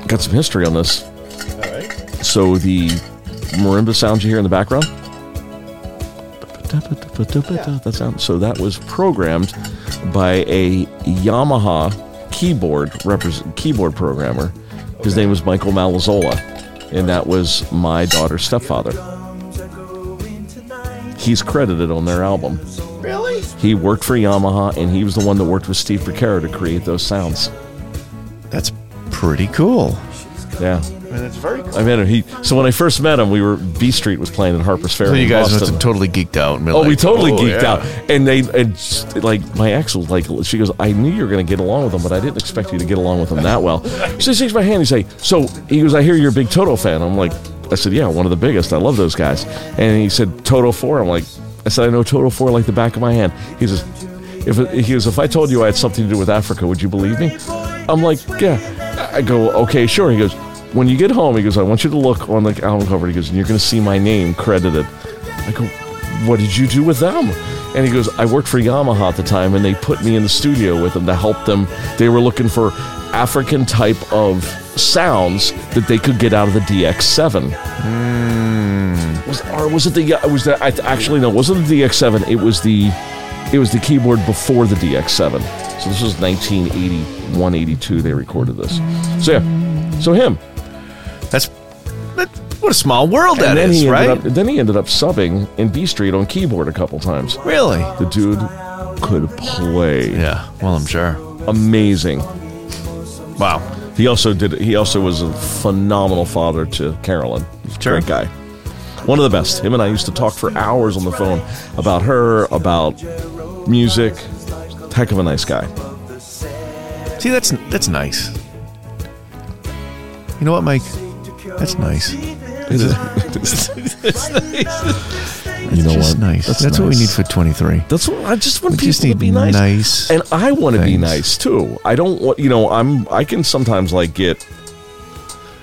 C: got some history on this. All right. So the marimba sound you hear in the background. That sound. So that was programmed by a Yamaha keyboard repres keyboard programmer. His name was Michael Malazzola, and that was my daughter's stepfather. He's credited on their album. He worked for Yamaha, and he was the one that worked with Steve Percaro to create those sounds.
A: That's pretty cool.
C: Yeah,
A: That's very cool.
C: I met him. He so when I first met him, we were B Street was playing in Harper's Ferry.
A: So you
C: in
A: guys must
C: Boston.
A: have totally geeked out. and been
C: Oh, we
A: like,
C: totally
A: "Oh,
C: geeked
A: yeah."
C: out, and they and just, like my ex was like, she goes, I knew you were going to get along with him, but I didn't expect you to get along with him that well. So he shakes my hand. He's like, so he goes, I hear you're a big Toto fan. I'm like, I said, yeah, one of the biggest. I love those guys. And he said, Toto Four. I'm like, I said, I know Toto Four like the back of my hand. He says, if it- he goes, if I told you I had something to do with Africa, would you believe me? I'm like, yeah. I go, okay, sure. He goes. When you get home, he goes, I want you to look on the album cover. He goes, and you're going to see my name credited. I go, what did you do with them? And he goes, I worked for Yamaha at the time, and they put me in the studio with them to help them. They were looking for African type of sounds that they could get out of the DX7.
A: Hmm.
C: Was, or was it the? uh, Was that? I actually no. it Wasn't the DX7? It was the. It was the keyboard before the DX7. So this was 1981, 82. They recorded this. So yeah. So him.
A: That's that, what a small world that
C: then
A: is,
C: he
A: right?
C: ended up. Then he ended up subbing in B Street on keyboard a couple times.
A: really?
C: The dude could play.
A: Yeah. Well, I'm sure.
C: Amazing.
A: Wow.
C: He also did. He also was a phenomenal father to Carolyn. He's a
A: Sure.
C: Great guy. One of the best. Him and I used to talk for hours on the phone about her, about music. Heck of a nice guy.
A: See, that's that's nice. You know what, Mike? That's nice.
C: you know
A: Just nice. That's, what we need for 23.
C: That's what I just want
A: We
C: people
A: just
C: to
A: need
C: be nice.
A: nice
C: and I want to be
A: things.
C: nice too. I don't want you know. I'm I can sometimes like get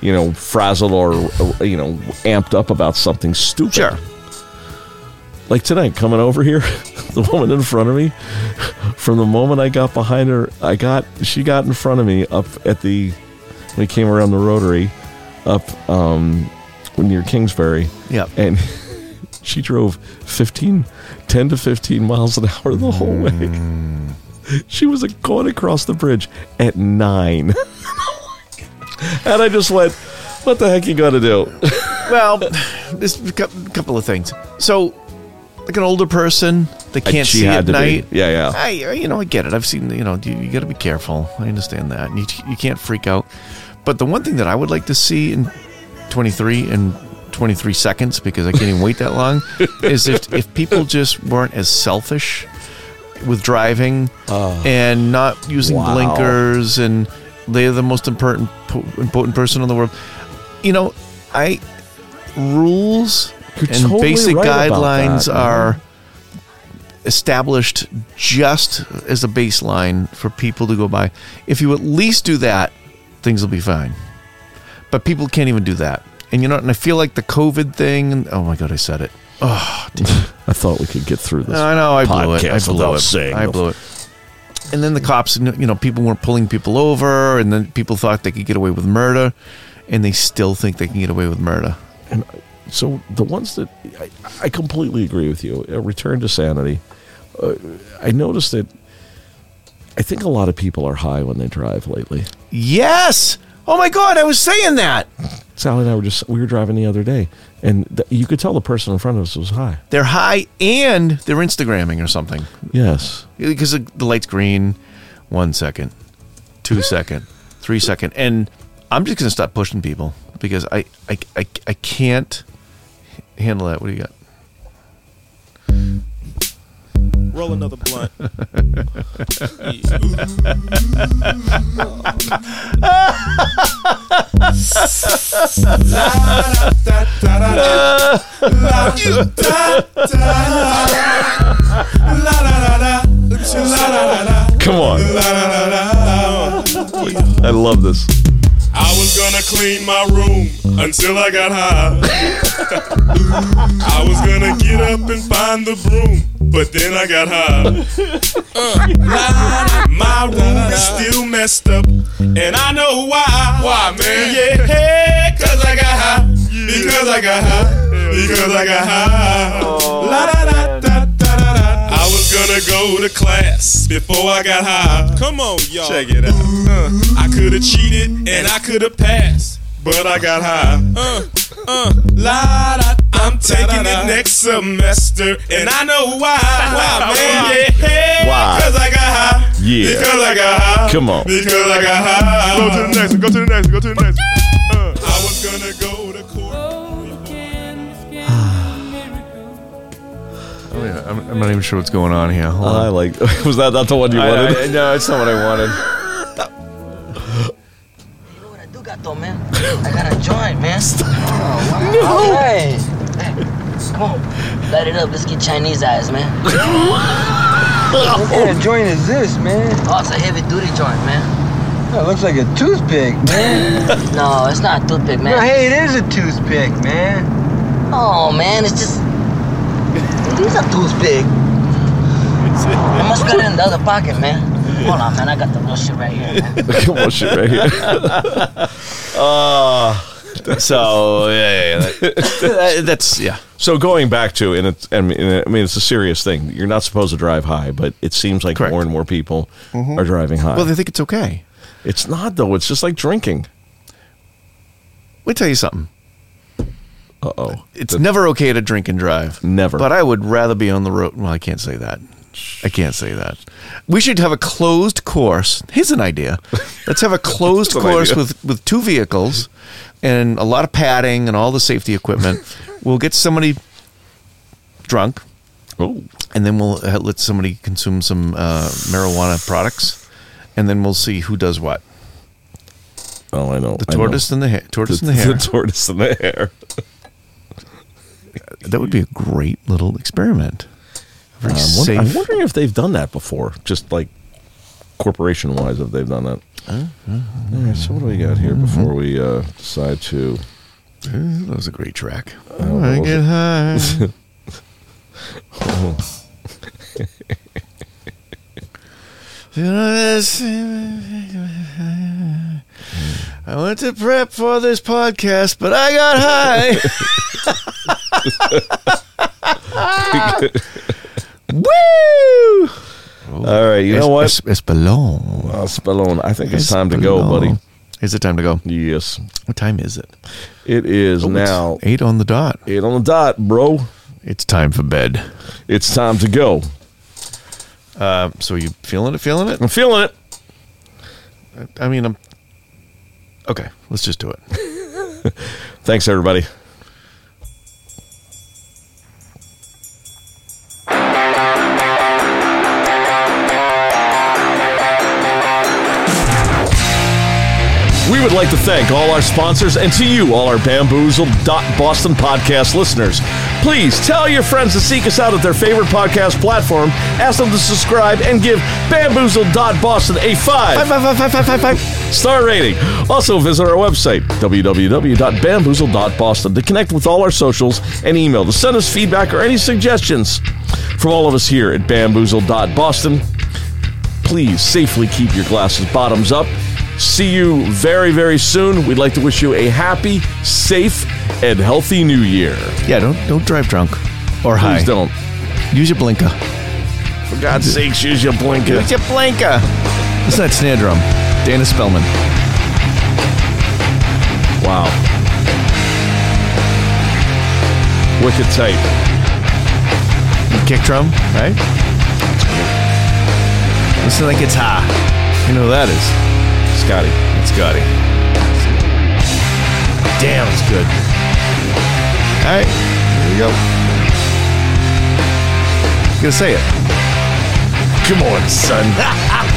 C: you know frazzled or uh, you know amped up about something stupid.
A: Sure.
C: Like tonight, coming over here, the woman in front of me. From the moment I got behind her, I got she got in front of me up at the. We came around the rotary, up um, near Kingsbury.
A: Yep.
C: And she drove 15, 10 to 15 miles an hour the whole way.
A: Mm.
C: She was going across the bridge at nine. and I just went, what the heck you got to do?
A: Well, this a cou- couple of things. So, like an older person that can't
C: she
A: see
C: had
A: at
C: to be.
A: night.
C: Yeah, yeah.
A: I, you know, I get it. I've seen, you know, you, you got to be careful. I understand that. And you, you can't freak out. But the one thing that I would like to see in 23 and 23 seconds, because I can't even wait that long, is if, if people just weren't as selfish with driving and not using
C: Ah. Wow.
A: blinkers and they're the most important po- important person in the world. You know, I rules
C: You're
A: and
C: totally
A: basic
C: right about
A: guidelines
C: that, man.
A: are established just as a baseline for people to go by. If you at least do that, things will be fine. But people can't even do that. And you know, and I feel like the COVID thing. And, oh my god, I said it.
C: I thought we could get through this.
A: I know I blew it. I
C: podcast
A: blew
C: without
A: it.
C: saying
A: I
C: the-
A: blew it. And then the cops, you know, people weren't pulling people over, and then people thought they could get away with murder, and they still think they can get away with murder.
C: so the ones that I, I completely agree with you. A return to sanity. Uh, I noticed that. I think a lot of people are high when they drive lately.
A: Yes. Oh my God, I was saying that
C: Sally and I were just we were driving the other day, and th- you could tell the person in front of us was high.
A: they're high and they're Instagramming or something
C: Yes,
A: because the the light's green. One second, two second, three second, and I'm just gonna stop pushing people because I I I, I can't handle that. What do you got?
I: Roll another blunt.
C: come on. I love this.
I: I was gonna clean my room until I got high. I was gonna get up and find the broom, but then I got high. Uh, my room is still messed up, and I know why. Why, man? Yeah, cause I got high. Because I got high. Because I got high. La da da da da da da. I was gonna go to class before I got high. Come on, y'all. Check it out. Uh, I could have cheated and I could have passed, but I got high. Uh, uh, la da. I'm taking it next semester, and I know why. Why, man? Yeah,
C: Why?
I: Cause I got high.
C: Yeah.
I: Because I got high.
C: Come on.
I: Because I got high. Go to the next one. Go to the next one. Go to the next one. I was gonna go to court.
A: Oh, yeah. I'm, I'm not even sure what's going on here. Hold
C: I like. Was that not the one you wanted?
A: no, it's not what I wanted.
J: what I do got though, man. I got a joint, man. no. All right. Hey, come on, light it up. Let's get Chinese eyes, man. what kind of joint is this, man? Oh, it's a heavy duty joint, man. That looks like a toothpick, man. no, it's not a toothpick, man. hey, it is a toothpick, man. Oh man, it's just. It is a toothpick. I must got it in the other pocket, man. Hold on, man. I got the real shit right here, man.
C: Come on, shit right here. Ah.
A: So yeah, yeah, yeah. That- Uh, that's yeah.
C: So going back to, and it's, I mean, I mean, it's a serious thing. You're not supposed to drive high, but it seems like
A: Correct. Mm-hmm.
C: more and more people are driving high.
A: Well, they think it's okay.
C: it's not though. It's just like drinking.
A: Let me tell you something.
C: Uh oh.
A: It's never okay to drink and drive.
C: Never.
A: But I would rather be on the road. Well, I can't say that. I can't say that. We should have a closed course. Here's an idea. Let's have a closed
C: an
A: course
C: idea.
A: with, with two vehicles and a lot of padding and all the safety equipment. we'll get somebody drunk.
C: Oh,
A: and then we'll uh, let somebody consume some uh, marijuana products, and then we'll see who does what.
C: oh, I know.
A: The tortoise and the ha-
C: The,
A: tortoise
C: the,
A: and the hare.
C: tortoise in the hair.
A: that would be a great little experiment. Very
C: I'm, won-
A: safe.
C: I'm wondering if they've done that before, just like corporation wise, if they've done that. All right. Uh, So what do we got here before we uh, decide to? Mm,
A: Uh, that was a great track.
C: know,
A: Oh, I
C: what was
A: get
C: it?
A: high. You know, that's- I went to prep for this podcast, but I got high. Woo!
C: Oh, All right, you know what?
A: It's, it's Ballone.
C: Oh, Spallone, I think it's, time to go, buddy.
A: Is it time to go?
C: Yes,
A: What time is it?
C: it is
A: Oh, it's
C: now.
A: eight on the dot.
C: Eight on the dot, bro.
A: It's time for bed.
C: It's time to go.
A: Uh, so you feeling it? Feeling it?
C: I'm feeling it.
A: I mean, I'm okay. Let's just do it.
C: Thanks, everybody. We would like to thank all our sponsors and to you, all our Bamboozled.Boston podcast listeners. Please tell your friends to seek us out at their favorite podcast platform, ask them to subscribe, and give Bamboozled.Boston a five star rating. Also, visit our website, www.bamboozle.boston, to connect with all our socials and email to send us feedback or any suggestions. From all of us here at bamboozle.boston, please safely keep your glasses bottoms up. See you very, very soon. We'd like to wish you a happy, safe, and healthy new year.
A: Yeah, don't don't drive drunk or high.
C: Please don't.
A: Use your blinker.
C: For God's sakes, use your blinker.
A: your blinker. That's not snare drum. Dana Spellman.
C: Wow. Wicked tight.
A: Kick drum, right? Listen to that guitar. You know who that is.
C: Scotty.
A: It's Scotty. Damn, it's good. All right, here we go. gonna say it.
C: Come on, son.